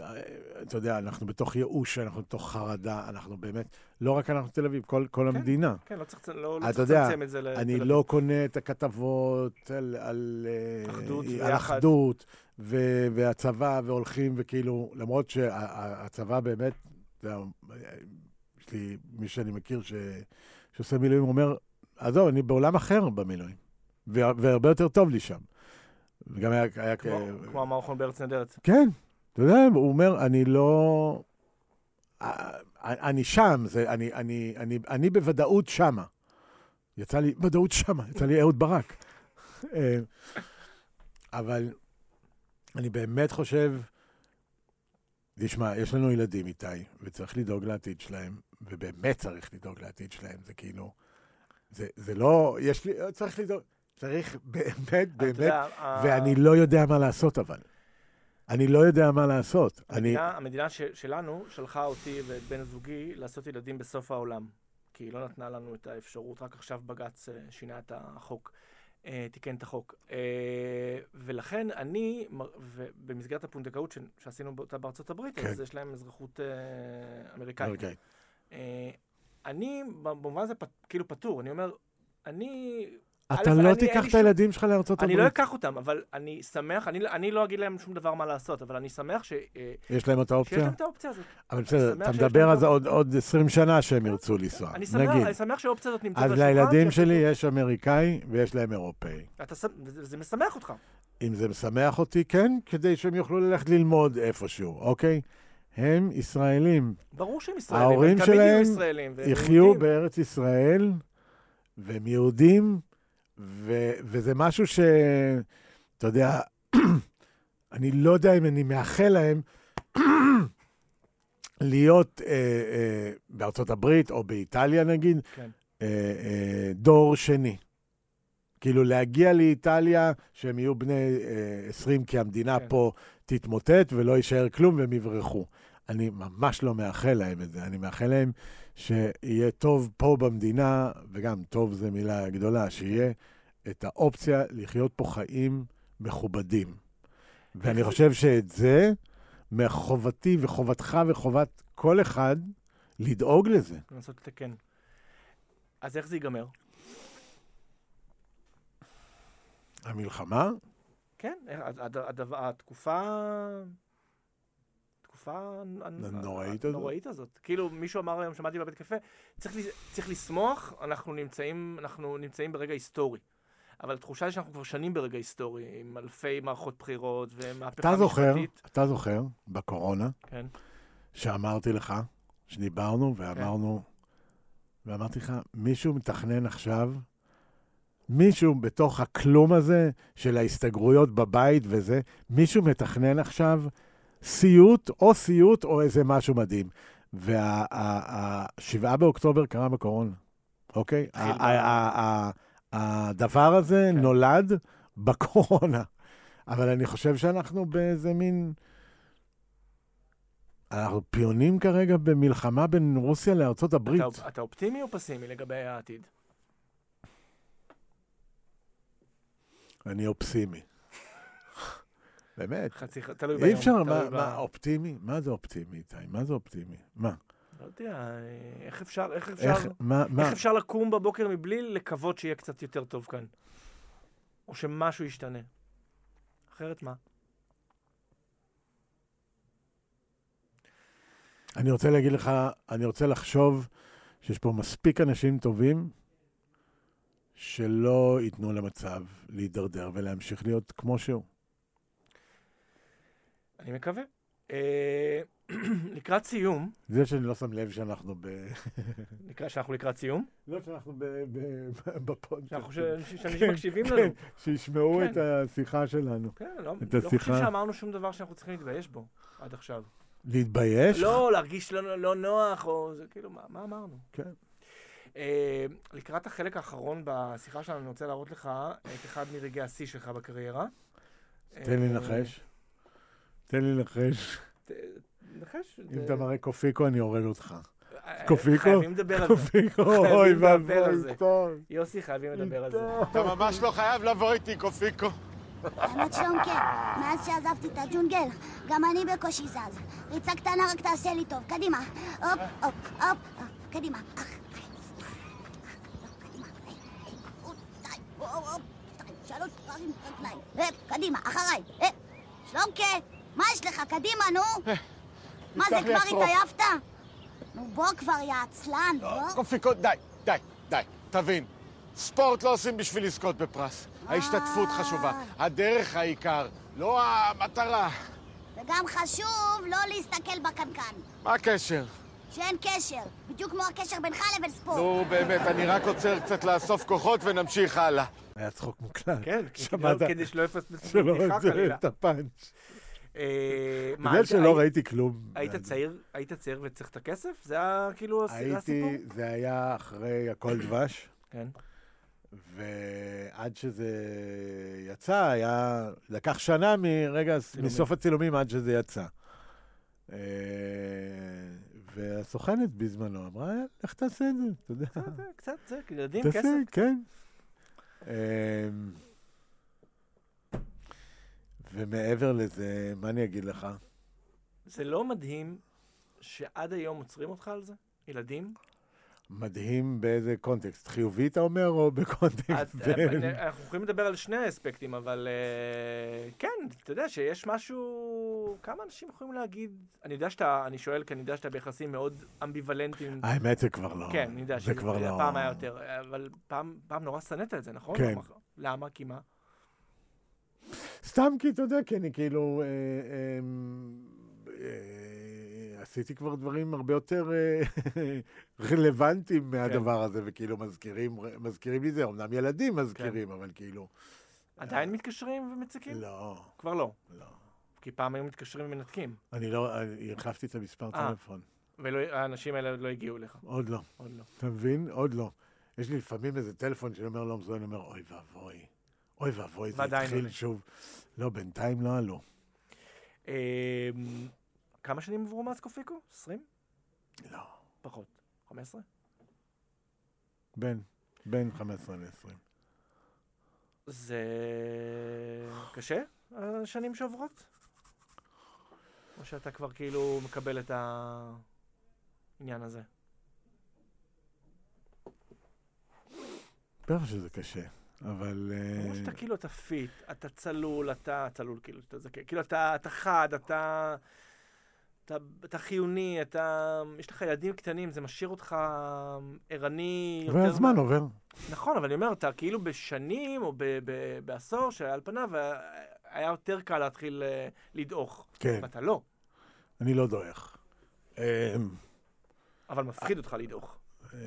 אה, אתה יודע, אנחנו בתוך ייאוש, אנחנו בתוך חרדה, אנחנו באמת, לא רק אנחנו תל אביב, כל, כל
כן.
המדינה.
כן, לא צריך לא,
אתה
לא צריך
יודע,
לצמצם את זה. לתל
אני
אביב.
לא קונה את הכתבות על, על, אה,
אחדות
על
ויחד.
אחדות ו, והצבא, והולכים, וכאילו, למרות שהצבא באמת, אתה יודע, יש לי מי שאני מכיר ש, שעושה מילואים, הוא אומר, עזוב, אני בעולם אחר במילואים, וה- והרבה יותר טוב לי שם. וגם היה... היה
כמו,
כ-
כמו המערכון בארץ נהדרת.
כן, אתה יודע, הוא אומר, אני לא... אה, אני שם, זה, אני, אני, אני, אני בוודאות שמה. יצא לי, ודאות שמה, יצא לי אהוד ברק. אה, אבל אני באמת חושב, תשמע, יש לנו ילדים איתי, וצריך לדאוג לעתיד שלהם, ובאמת צריך לדאוג לעתיד שלהם, זה כאילו, זה, זה לא, יש לי, צריך לדאוג, צריך באמת,
אתה
באמת,
יודע, ה-
ואני לא יודע מה לעשות אבל. אני לא יודע מה לעשות. אני...
המדינה, המדינה ש, שלנו שלחה אותי ואת בן זוגי לעשות ילדים בסוף העולם. כי היא לא נתנה לנו את האפשרות, רק עכשיו בג"ץ אה, שינה את החוק, אה, תיקן את החוק. אה, ולכן אני, מ- ובמסגרת הפונדקאות ש, שעשינו אותה בארצות הברית,
כן.
אז יש להם אזרחות אה, אמריקאית.
אוקיי.
אה, אני, במובן הזה, פ- כאילו פטור, אני אומר, אני
אתה
א',
לא
אני- אין
תיקח
לי
את
שום-
הילדים שלך לארצות
אני
הברית.
לא אקח אותם, אבל אני שמח, אני, אני לא אגיד להם שום דבר מה לעשות, אבל אני שמח ש, אה,
יש להם את
שיש
האופציה?
להם את האופציה הזאת.
אבל בסדר,
שמח
אתה
שיש להם
מדבר אז
גם-
עוד- עוד 20 שנה שהם ירצו לנסוע,
אני שמח,
נגיד.
אני שמח שהאופציה הזאת נמצאת
אז
על השולחן,
לילדים
שאפילו-
שלי יש אמריקאי ויש להם אירופאי.
אתה שמ- זה זה משמח אותך.
אם זה משמח אותי, כן, כדי שהם יוכלו ללכת ללמוד איפשהו, אוקיי? הם ישראלים.
ברור שהם ישראלים,
ההורים
הם תמיד יהיו
שלהם
ישראלים, והם
יחיו
יהודים.
בארץ ישראל, והם יהודים, ו- וזה משהו ש... אתה יודע, *clears throat* אני לא יודע אם אני מאחל להם *clears throat* להיות אה, אה, בארצות הברית או באיטליה נגיד,
כן.
אה, אה, דור שני. כאילו להגיע לאיטליה, שהם יהיו בני אה, 20, כי המדינה
כן.
פה תתמוטט ולא יישאר כלום והם יברחו. אני ממש לא מאחל להם את זה, אני מאחל להם שיהיה טוב פה במדינה, וגם טוב זו מילה גדולה, שיהיה את האופציה לחיות פה חיים מכובדים. ואני חושב שאת זה, מחובתי וחובתך וחובת כל אחד, לדאוג לזה.
לנסות לתקן. אז איך זה ייגמר?
המלחמה?
כן, איך- הד- הד- הדבר- התקופה... התקופה הנ-
הנוראית הזאת.
הנוראית הזאת. כאילו, מישהו אמר היום, שמעתי בבית קפה, צריך לס- צריך לשמוח, אנחנו נמצאים, אנחנו נמצאים ברגע היסטורי. אבל התחושה היא שאנחנו כבר שנים ברגע היסטורי, עם אלפי מערכות בחירות ומהפכה
אתה זוכר,
משפטית.
אתה זוכר, בקורונה,
כן,
שאמרתי לך, שדיברנו ואמרנו, ואמרתי לך, מישהו מתכנן עכשיו, מישהו בתוך הכלום הזה של ההסתגרויות בבית וזה, מישהו מתכנן עכשיו סיוט או סיוט או איזה משהו מדהים. וה-7 באוקטובר קרה בקורונה, אוקיי? ה-
התחיל ב-
ה- ה- ה- הדבר הזה
כן.
נולד בקורונה. אבל אני חושב שאנחנו באיזה מין... אנחנו פיונים כרגע במלחמה בין רוסיה לארצות הברית.
אתה, אתה אופטימי או פסימי לגבי העתיד?
אני אופסימי. באמת.
חצי, ח- תלוי ביום.
אי אפשר,
תלוי
מה,
ב-
מה אופטימי? מה זה אופטימי, איתי? מה זה אופטימי? מה?
לא יודע, איך אפשר, איך אפשר,
איך, מה, מה?
איך אפשר לקום בבוקר מבלי לקוות שיהיה קצת יותר טוב כאן? או שמשהו ישתנה. אחרת מה?
אני רוצה להגיד לך, אני רוצה לחשוב שיש פה מספיק אנשים טובים שלא ייתנו למצב להידרדר ולהמשיך להיות כמו שהוא.
אני מקווה. אה, *clears throat* לקראת סיום,
זה שאני לא שם לב שאנחנו ב...
לקראת, שאנחנו לקראת סיום,
לא שאנחנו ב... ב... *laughs* בפודקאסט.
שאנחנו ש- ש- שאנשים
כן,
מקשיבים
כן.
לנו.
שישמעו
כן.
את השיחה שלנו.
כן, לא,
את
לא חושב
השיחה.
שאמרנו שום דבר שאנחנו צריכים להתבייש בו עד עכשיו.
להתבייש?
לא, להרגיש לא, לא נוח, או זה כאילו, מה, מה אמרנו?
כן.
אה, לקראת החלק האחרון בשיחה שלנו, אני רוצה להראות לך את אחד מרגעי השיא שלך בקריירה.
תן לי
אה,
לנחש. תן לי לנחש.
ת- נחש.
אם
אה,
אתה מראה קופיקו, אני הורג
*laughs*
אותך.
אה,
קופיקו?
חייבים לדבר על זה.
קופיקו,
*laughs* חייבים
אוי
לדבר על
ואבוי,
זה.
טוב.
יוסי, חייבים לדבר על זה.
אתה ממש לא חייב לבוא איתי, קופיקו.
האמת שלומקר, מאז שעזבתי את הג'ונגל, גם אני בקושי זז. ריצה קטנה רק תעשה לי טוב, קדימה. הופ, הופ, הופ, אה, קדימה. אה, אה, לא, קדימה. אה, אה, עוד, די, הופ, הופ, שתיים, שלוש פעמים רגליים. הופ, קדימה, אחריי. הופ. שלומקר, מה יש לך? קדימה, נו. מה זה,
ייקח לי
כבר
עשרות.
התעייפת? נו, בוא כבר, יא עצלן,
לא.
בוא.
קופיקו, די, די, די. תבין, ספורט לא עושים בשביל לזכות בפרס. ההשתתפות
אה.
חשובה, הדרך העיקר, לא המטרה.
וגם חשוב לא להסתכל בקנקן.
מה הקשר?
שאין קשר, בדיוק כמו הקשר בינך לבין ספורט.
נו, באמת, אני רק עוצר קצת לאסוף כוחות ונמשיך הלאה.
היה צחוק מוקלט.
כן,
שמעת?
כדי- כדי שלא יפספס
*laughs* שלא
בדיחה
זה
חלילה.
את הפאנץ'.
אה, מה,
בגלל
היית-
שלא ראיתי כלום.
היית
אז-
צעיר, היית צעיר וצריך את הכסף? זה היה כאילו הס- זה הסיפור?
הייתי, זה היה אחרי הכל דבש,
כן.
ועד שזה יצא, היה... לקח שנה מרגע, מסוף הצילומים עד שזה יצא. אה, והסוכנת בזמנו אמרה, איך תעשה את זה, אתה יודע.
זה- זה קצת, זה, כאילו, ילדים,
אה. תעשה,
כסף.
כן. אמ, ומעבר לזה, מה אני אגיד לך?
*laughs*
זה לא מדהים שעד היום עוצרים אותך על זה? ילדים?
מדהים באיזה קונטקסט? חיובי, אתה אומר, או בקונטקסט?
אז,
בין-
אה, אנחנו יכולים לדבר על שני האספקטים, אבל אה, כן, אתה יודע שיש משהו... כמה אנשים יכולים להגיד... אני יודע שאתה... אני שואל כי אני יודע שאתה ביחסים מאוד אמביוולנטיים.
האמת, זה כבר לא.
כן, אני יודע
זה
שזה
כבר לא.
פעם היה יותר, אבל פעם, פעם נורא שנאת את זה, נכון?
כן.
למה? כי מה?
סתם כי, אתה יודע, כי אני כאילו... אה, אה, אה, עשיתי כבר דברים הרבה יותר אה, רלוונטיים
כן.
מהדבר הזה, וכאילו מזכירים מזכירים לי זה, אמנם
כן.
ילדים מזכירים, אבל כאילו...
עדיין מתקשרים ומציקים?
לא,
כבר לא.
לא.
כי פעם היו מתקשרים ומנתקים,
אני לא, אני החלפתי את המספר
אה.
טלפון.
והאנשים האלה עוד לא הגיעו אליך.
עוד לא.
עוד לא.
אתה מבין? עוד לא. יש לי לפעמים איזה טלפון שאני אומר לא מזוהה, אני אומר, אוי ואבוי. אוי ואבוי, זה
ועדיין
התחיל
עולה.
שוב. לא, בינתיים לא עלו.
אמ, כמה שנים עברו מאז קופיקו? 20?
לא.
פחות. 15?
בין, בין 15 ל-20.
זה קשה, השנים שעוברות? או שאתה כבר כאילו מקבל את העניין הזה?
בטח שזה קשה, אבל...
כמו
אה,
שאתה כאילו, אתה פיט, אתה צלול, אתה צלול כאילו, אתה זקן, כאילו אתה, אתה חד, אתה, אתה, אתה חיוני, אתה, יש לך ילדים קטנים, זה משאיר אותך ערני יותר.
והזמן עובר.
נכון, אבל אני אומר, אתה כאילו בשנים או ב, ב, בעשור שעל פניו אה, היה יותר קל להתחיל אה, לדעוך.
כן.
ואתה לא,
אני לא דועך. אמ,
אבל מפחיד אותך לדעוך.
אמ,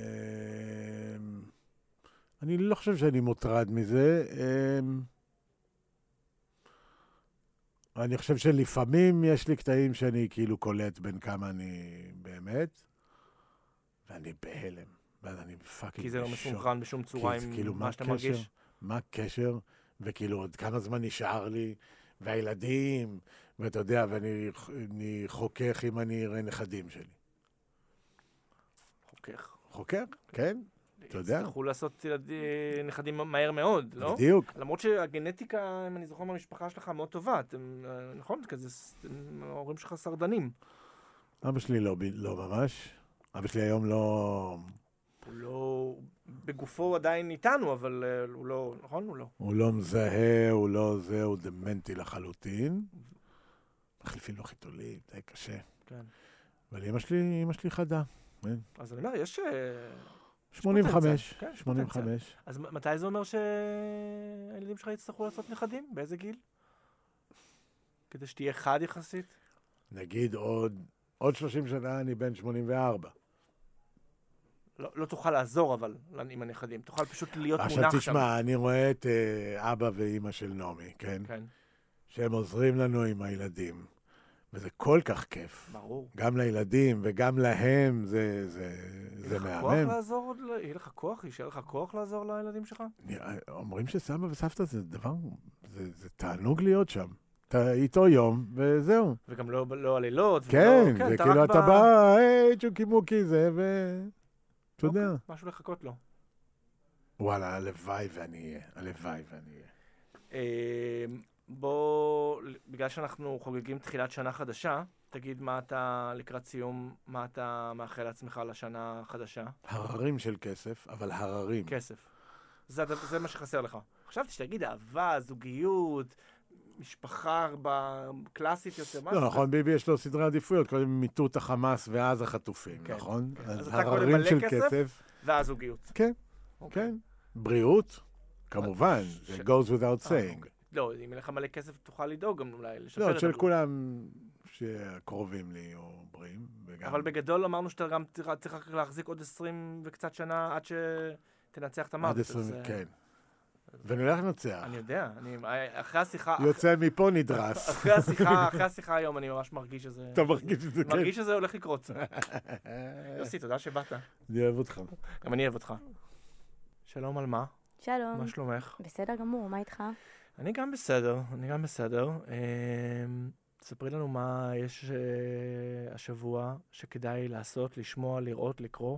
אני לא חושב שאני מוטרד מזה. אמ, אני חושב שלפעמים יש לי קטעים שאני כאילו קולט בין כמה אני באמת, ואני בהלם, ואז אני פאקינג
כי זה לא
בשוק.
מסונכרן בשום צורה
זה
עם
כאילו,
מה שאתה
הקשר?
מרגיש.
מה הקשר? וכאילו, עוד כמה זמן נשאר לי? והילדים, ואתה יודע, ואני אני חוכך אם אני אראה נכדים שלי.
חוכך.
חוכך? כן, אתה יודע.
יצטרכו לעשות ילדי- נכדים מהר מאוד, לא?
בדיוק.
למרות שהגנטיקה, אם אני זוכר מהמשפחה שלך, מאוד טובה. אתם, אה, נכון? כזה, ס- אתם- ההורים שלך סרדנים.
אבא שלי לא, ב- לא ממש. אבא שלי היום לא...
הוא לא... בגופו עדיין איתנו, אבל אה, הוא לא... נכון? הוא לא.
הוא לא מזהה, הוא לא זה, הוא דמנטי לחלוטין. מחליפים לו חיתולים, זה קשה.
כן.
אבל אמא שלי, אמא שלי חדה.
אז אני אומר, יש... אה,
85,
פוטנציאל, כן, יש
85.
אז מ- מתי זה אומר שהילדים שלך יצטרכו לעשות נכדים? באיזה גיל? כדי שתהיה חד יחסית?
נגיד עוד, עוד 30 שנה אני בן 84.
לא, לא תוכל לעזור, אבל, עם הנכדים. תוכל פשוט להיות מונח שם.
עכשיו תשמע, אני רואה את אה, אבא ואימא של נעמי, כן?
כן,
שהם עוזרים לנו עם הילדים. וזה כל כך כיף.
ברור.
גם לילדים וגם להם, זה, זה, זה
יהיה לך
מהמם.
כוח לעזור עוד? ל- יהיה לך כוח? יישאר לך כוח לעזור לילדים שלך?
נראה- אומרים שסבא וסבתא זה דבר, זה, זה תענוג להיות שם. אתה איתו יום, וזהו.
וגם לא, לא הלילות.
כן,
ולא,
זה
אתה
כאילו
רק
אתה
ב-
בא, היי, צ'וקי מוקי זה, ו... אתה
אוקיי,
יודע.
משהו לחכות לו.
וואלה, הלוואי ואני אהיה, הלוואי ואני אהיה.
אה, בוא, בגלל שאנחנו חוגגים תחילת שנה חדשה, תגיד מה אתה, לקראת סיום, מה אתה מאחל לעצמך לשנה החדשה?
הררים של כסף, אבל הררים.
כסף. זה, הדבר- זה מה שחסר לך. חשבתי שתגיד אהבה, זוגיות, משפחה ב- קלאסית יותר, משהו.
לא, נכון, ביבי יש לו סדרי עדיפויות, קודם מיטוט החמאס ואז החטופים,
כן,
נכון?
אז
אז
אתה קודם
הררים
מלא
של
כסף?
כסף,
והזוגיות.
כן,
אוקיי.
כן. בריאות, כמובן,
ש-
זה goes without
אה,
saying.
אוקיי. לא, אם אין לך מלא כסף, תוכל לדאוג גם אולי לשפר את
לא, של
הבריאות.
כולם שקרובים לי או בריאים. וגם-
אבל בגדול אמרנו שאתה גם צריך- צריך רק להחזיק עוד 20 וקצת שנה עד שתנצח את המוות.
עד
אז,
20,
אה,
כן. ונלך לנצח.
אני יודע, אני, אה, אחרי השיחה,
יוצא מפה
*laughs*
נדרס.
אחרי השיחה, אחרי השיחה היום אני ממש מרגיש שזה,
אתה מרגיש את זה, כן.
מרגיש שזה הולך
*laughs*
לקרות. יוסי, תודה שבאת.
כן. אני אוהב אותך.
גם אני אוהב אותך. שלום על מה?
שלום.
מה שלומך?
בסדר גמור, מה איתך?
אני גם בסדר, אני גם בסדר. אמ, ספרי לנו מה יש אה, השבוע שכדאי לעשות, לשמוע, לראות, לקרוא.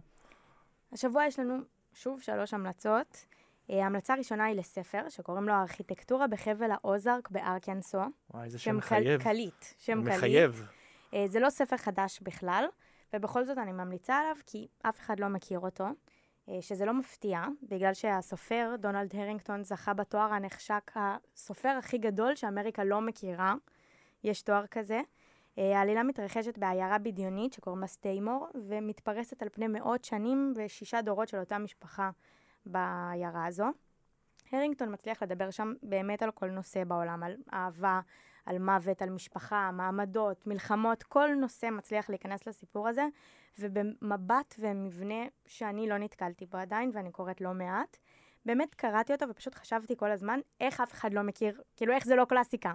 השבוע יש לנו שוב שלוש המלצות. אה, ההמלצה הראשונה היא לספר שקוראים לו ארכיטקטורה בחבל האוזארק בארקנסו.
וואי, איזה שם
שם
מחייב.
כלכלית. שם כלכלית.
מחייב.
אה, זה לא ספר חדש בכלל, ובכל זאת אני ממליצה עליו, כי אף אחד לא מכיר אותו, אה, שזה לא מפתיע, בגלל שהסופר דונלד הרינגטון זכה בתואר הנחשק הסופר הכי גדול שאמריקה לא מכירה. יש תואר כזה. אה, העלילה מתרחשת בעיירה בדיונית שקוראים לה סטיימור, ומתפרסת על פני מאות שנים ושישה דורות של אותה משפחה בעיירה הזו. הרינגטון מצליח לדבר שם באמת על כל נושא בעולם, על אהבה, על מוות, על משפחה, מעמדות, מלחמות, כל נושא מצליח להיכנס לסיפור הזה, ובמבט ומבנה שאני לא נתקלתי בו עדיין, ואני קוראת לא מעט. באמת קראתי אותו ופשוט חשבתי כל הזמן איך אף אחד לא מכיר, כאילו איך זה לא קלאסיקה.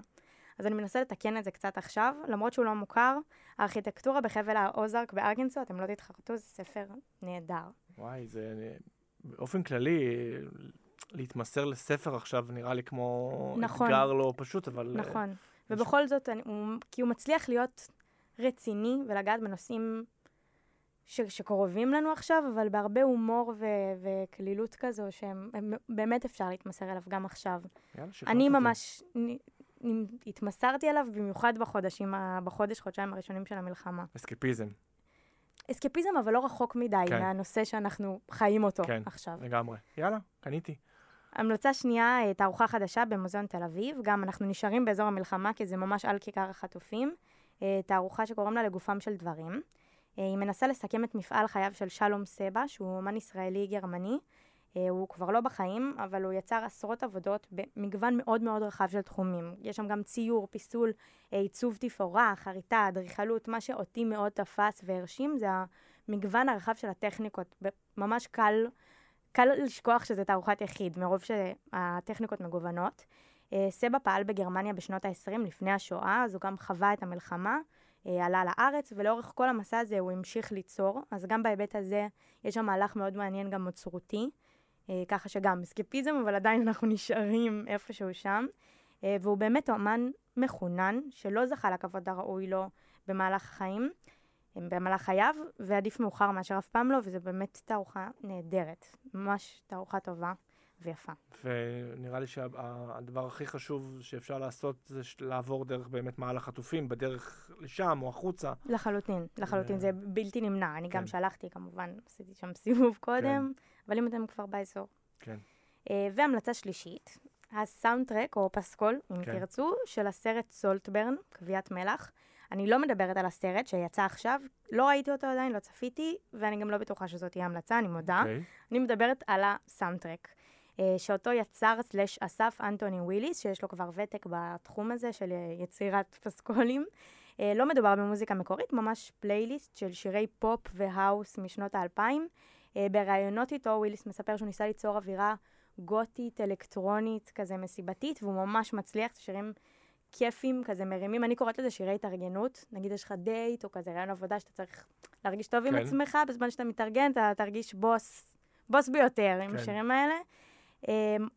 אז אני מנסה לתקן את זה קצת עכשיו, למרות שהוא לא מוכר. הארכיטקטורה בחבל האוזרק בארגנסו, אתם לא תתחרטו, זה ספר נהדר.
וואי, זה... אני- באופן כללי, אה, להתמסר לספר עכשיו נראה לי כמו
נכון.
אתגר לא פשוט, אבל... אה,
נכון. ובכל זאת, אני, הוא, כי הוא מצליח להיות רציני ולגעת בנושאים ש, שקרובים לנו עכשיו, אבל בהרבה הומור ו, וקלילות כזו, שהם הם באמת אפשר להתמסר אליו גם עכשיו.
יאללה, שחררת
אני
אותי.
ממש נ, נ, התמסרתי אליו במיוחד בחודשים, ה- בחודש, חודשיים הראשונים של המלחמה.
אסקפיזם,
אסקפיזם, אבל לא רחוק מדי
כן.
מהנושא שאנחנו חיים אותו
כן.
עכשיו.
לגמרי. יאללה, קניתי.
המלצה שנייה, אה, תערוכה חדשה במוזיאון תל אביב. גם אנחנו נשארים באזור המלחמה, כי זה ממש על כיכר החטופים. אה, תערוכה שקוראים לה לגופם של דברים. אה, היא מנסה לסכם את מפעל חייו של שלום סבא, שהוא אומן ישראלי-גרמני. אה, הוא כבר לא בחיים, אבל הוא יצר עשרות עבודות במגוון מאוד מאוד רחב של תחומים. יש שם גם ציור, פיסול, אה, עיצוב תפאורה, חריטה, אדריכלות. מה שאותי מאוד תפס והרשים זה המגוון הרחב של הטכניקות. ב- ממש קל קל לשכוח שזה תערוכת יחיד, מרוב שהטכניקות מגוונות. אה, סבא פעל בגרמניה בשנות ה-20 לפני השואה, אז הוא גם חווה את המלחמה, אה, עלה לארץ, ולאורך כל המסע הזה הוא המשיך ליצור, אז גם בהיבט הזה יש שם מהלך מאוד מעניין גם אוצרותי, אה, ככה שגם אסקפיזם, אבל עדיין אנחנו נשארים איפשהו שם. אה, והוא באמת אומן מחונן, שלא זכה לכבוד הראוי לו במהלך החיים. במהלך חייו, ועדיף מאוחר מאשר אף פעם לא, וזה באמת תערוכה נהדרת. ממש תערוכה טובה ויפה.
ונראה לי שהדבר הכי חשוב שאפשר לעשות זה ש- לעבור דרך באמת מעל החטופים, בדרך לשם או החוצה.
לחלוטין, לחלוטין, זה בלתי נמנע. אני
כן.
גם שלחתי, כמובן, עשיתי שם סיבוב קודם, אבל אם אתם כבר באזור.
כן.
אה, והמלצה שלישית, הסאונדטרק, או פסקול, אם
כן.
תרצו, של הסרט סולטברן, קביעת מלח. אני לא מדברת על הסרט שיצא עכשיו, לא ראיתי אותו עדיין, לא צפיתי, ואני גם לא בטוחה שזאת תהיה המלצה, אני מודה.
אוקיי.
אני מדברת על הסאונדטרק, אה, שאותו יצר סלאש אסף אנטוני וויליס, שיש לו כבר ותק בתחום הזה של אה, יצירת פסקולים. אה, לא מדובר במוזיקה מקורית, ממש פלייליסט של שירי פופ והאוס משנות האלפיים. אה, בראיונות איתו וויליס מספר שהוא ניסה ליצור אווירה גותית, אלקטרונית, כזה מסיבתית, והוא ממש מצליח, זה שירים כיפים, כזה מרימים. אני קוראת לזה שירי התארגנות. נגיד יש לך דייט, או כזה ראיון עבודה שאתה צריך להרגיש טוב עם
כן.
עצמך, בזמן שאתה מתארגן אתה תרגיש בוס בוס ביותר עם
כן.
השירים האלה. Um,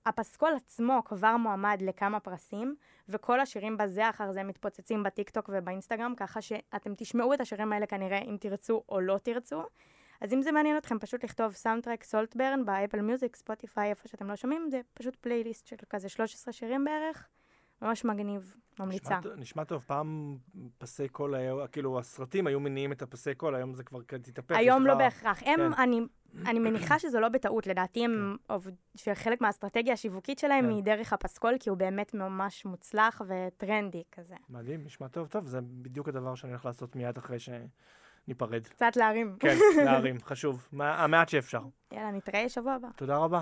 הפסקול עצמו כבר מועמד לכמה פרסים, וכל השירים בזה אחר זה מתפוצצים בטיקטוק ובאינסטגרם, ככה שאתם תשמעו את השירים האלה כנראה אם תרצו או לא תרצו. אז אם זה מעניין אתכם, פשוט לכתוב סאונדטרק סולטברן באפל מיוזיק, ספוטיפיי, איפה שאתם לא שומעים, זה פשוט פלייליסט של כזה 13 שירים בערך, ממש מגניב, ממליצה.
נשמע ט- נשמע טוב, פעם פסי קול היה, כאילו הסרטים היו מניעים את הפסי קול, היום זה כבר כן תתהפך. יש
היום
לך-
לא בהכרח. הם,
כן.
אני, אני מניחה שזו לא בטעות, לדעתי הם, עובד- שחלק מהאסטרטגיה השיווקית שלהם
כן.
היא דרך הפסקול, כי הוא באמת ממש מוצלח וטרנדי כזה.
מדהים, נשמע טוב, טוב, זה בדיוק הדבר שאני הולך לעשות מיד אחרי שניפרד.
קצת להרים.
כן, להרים, חשוב, מה- המעט שאפשר.
יאללה, נתראה שבוע הבא.
תודה רבה.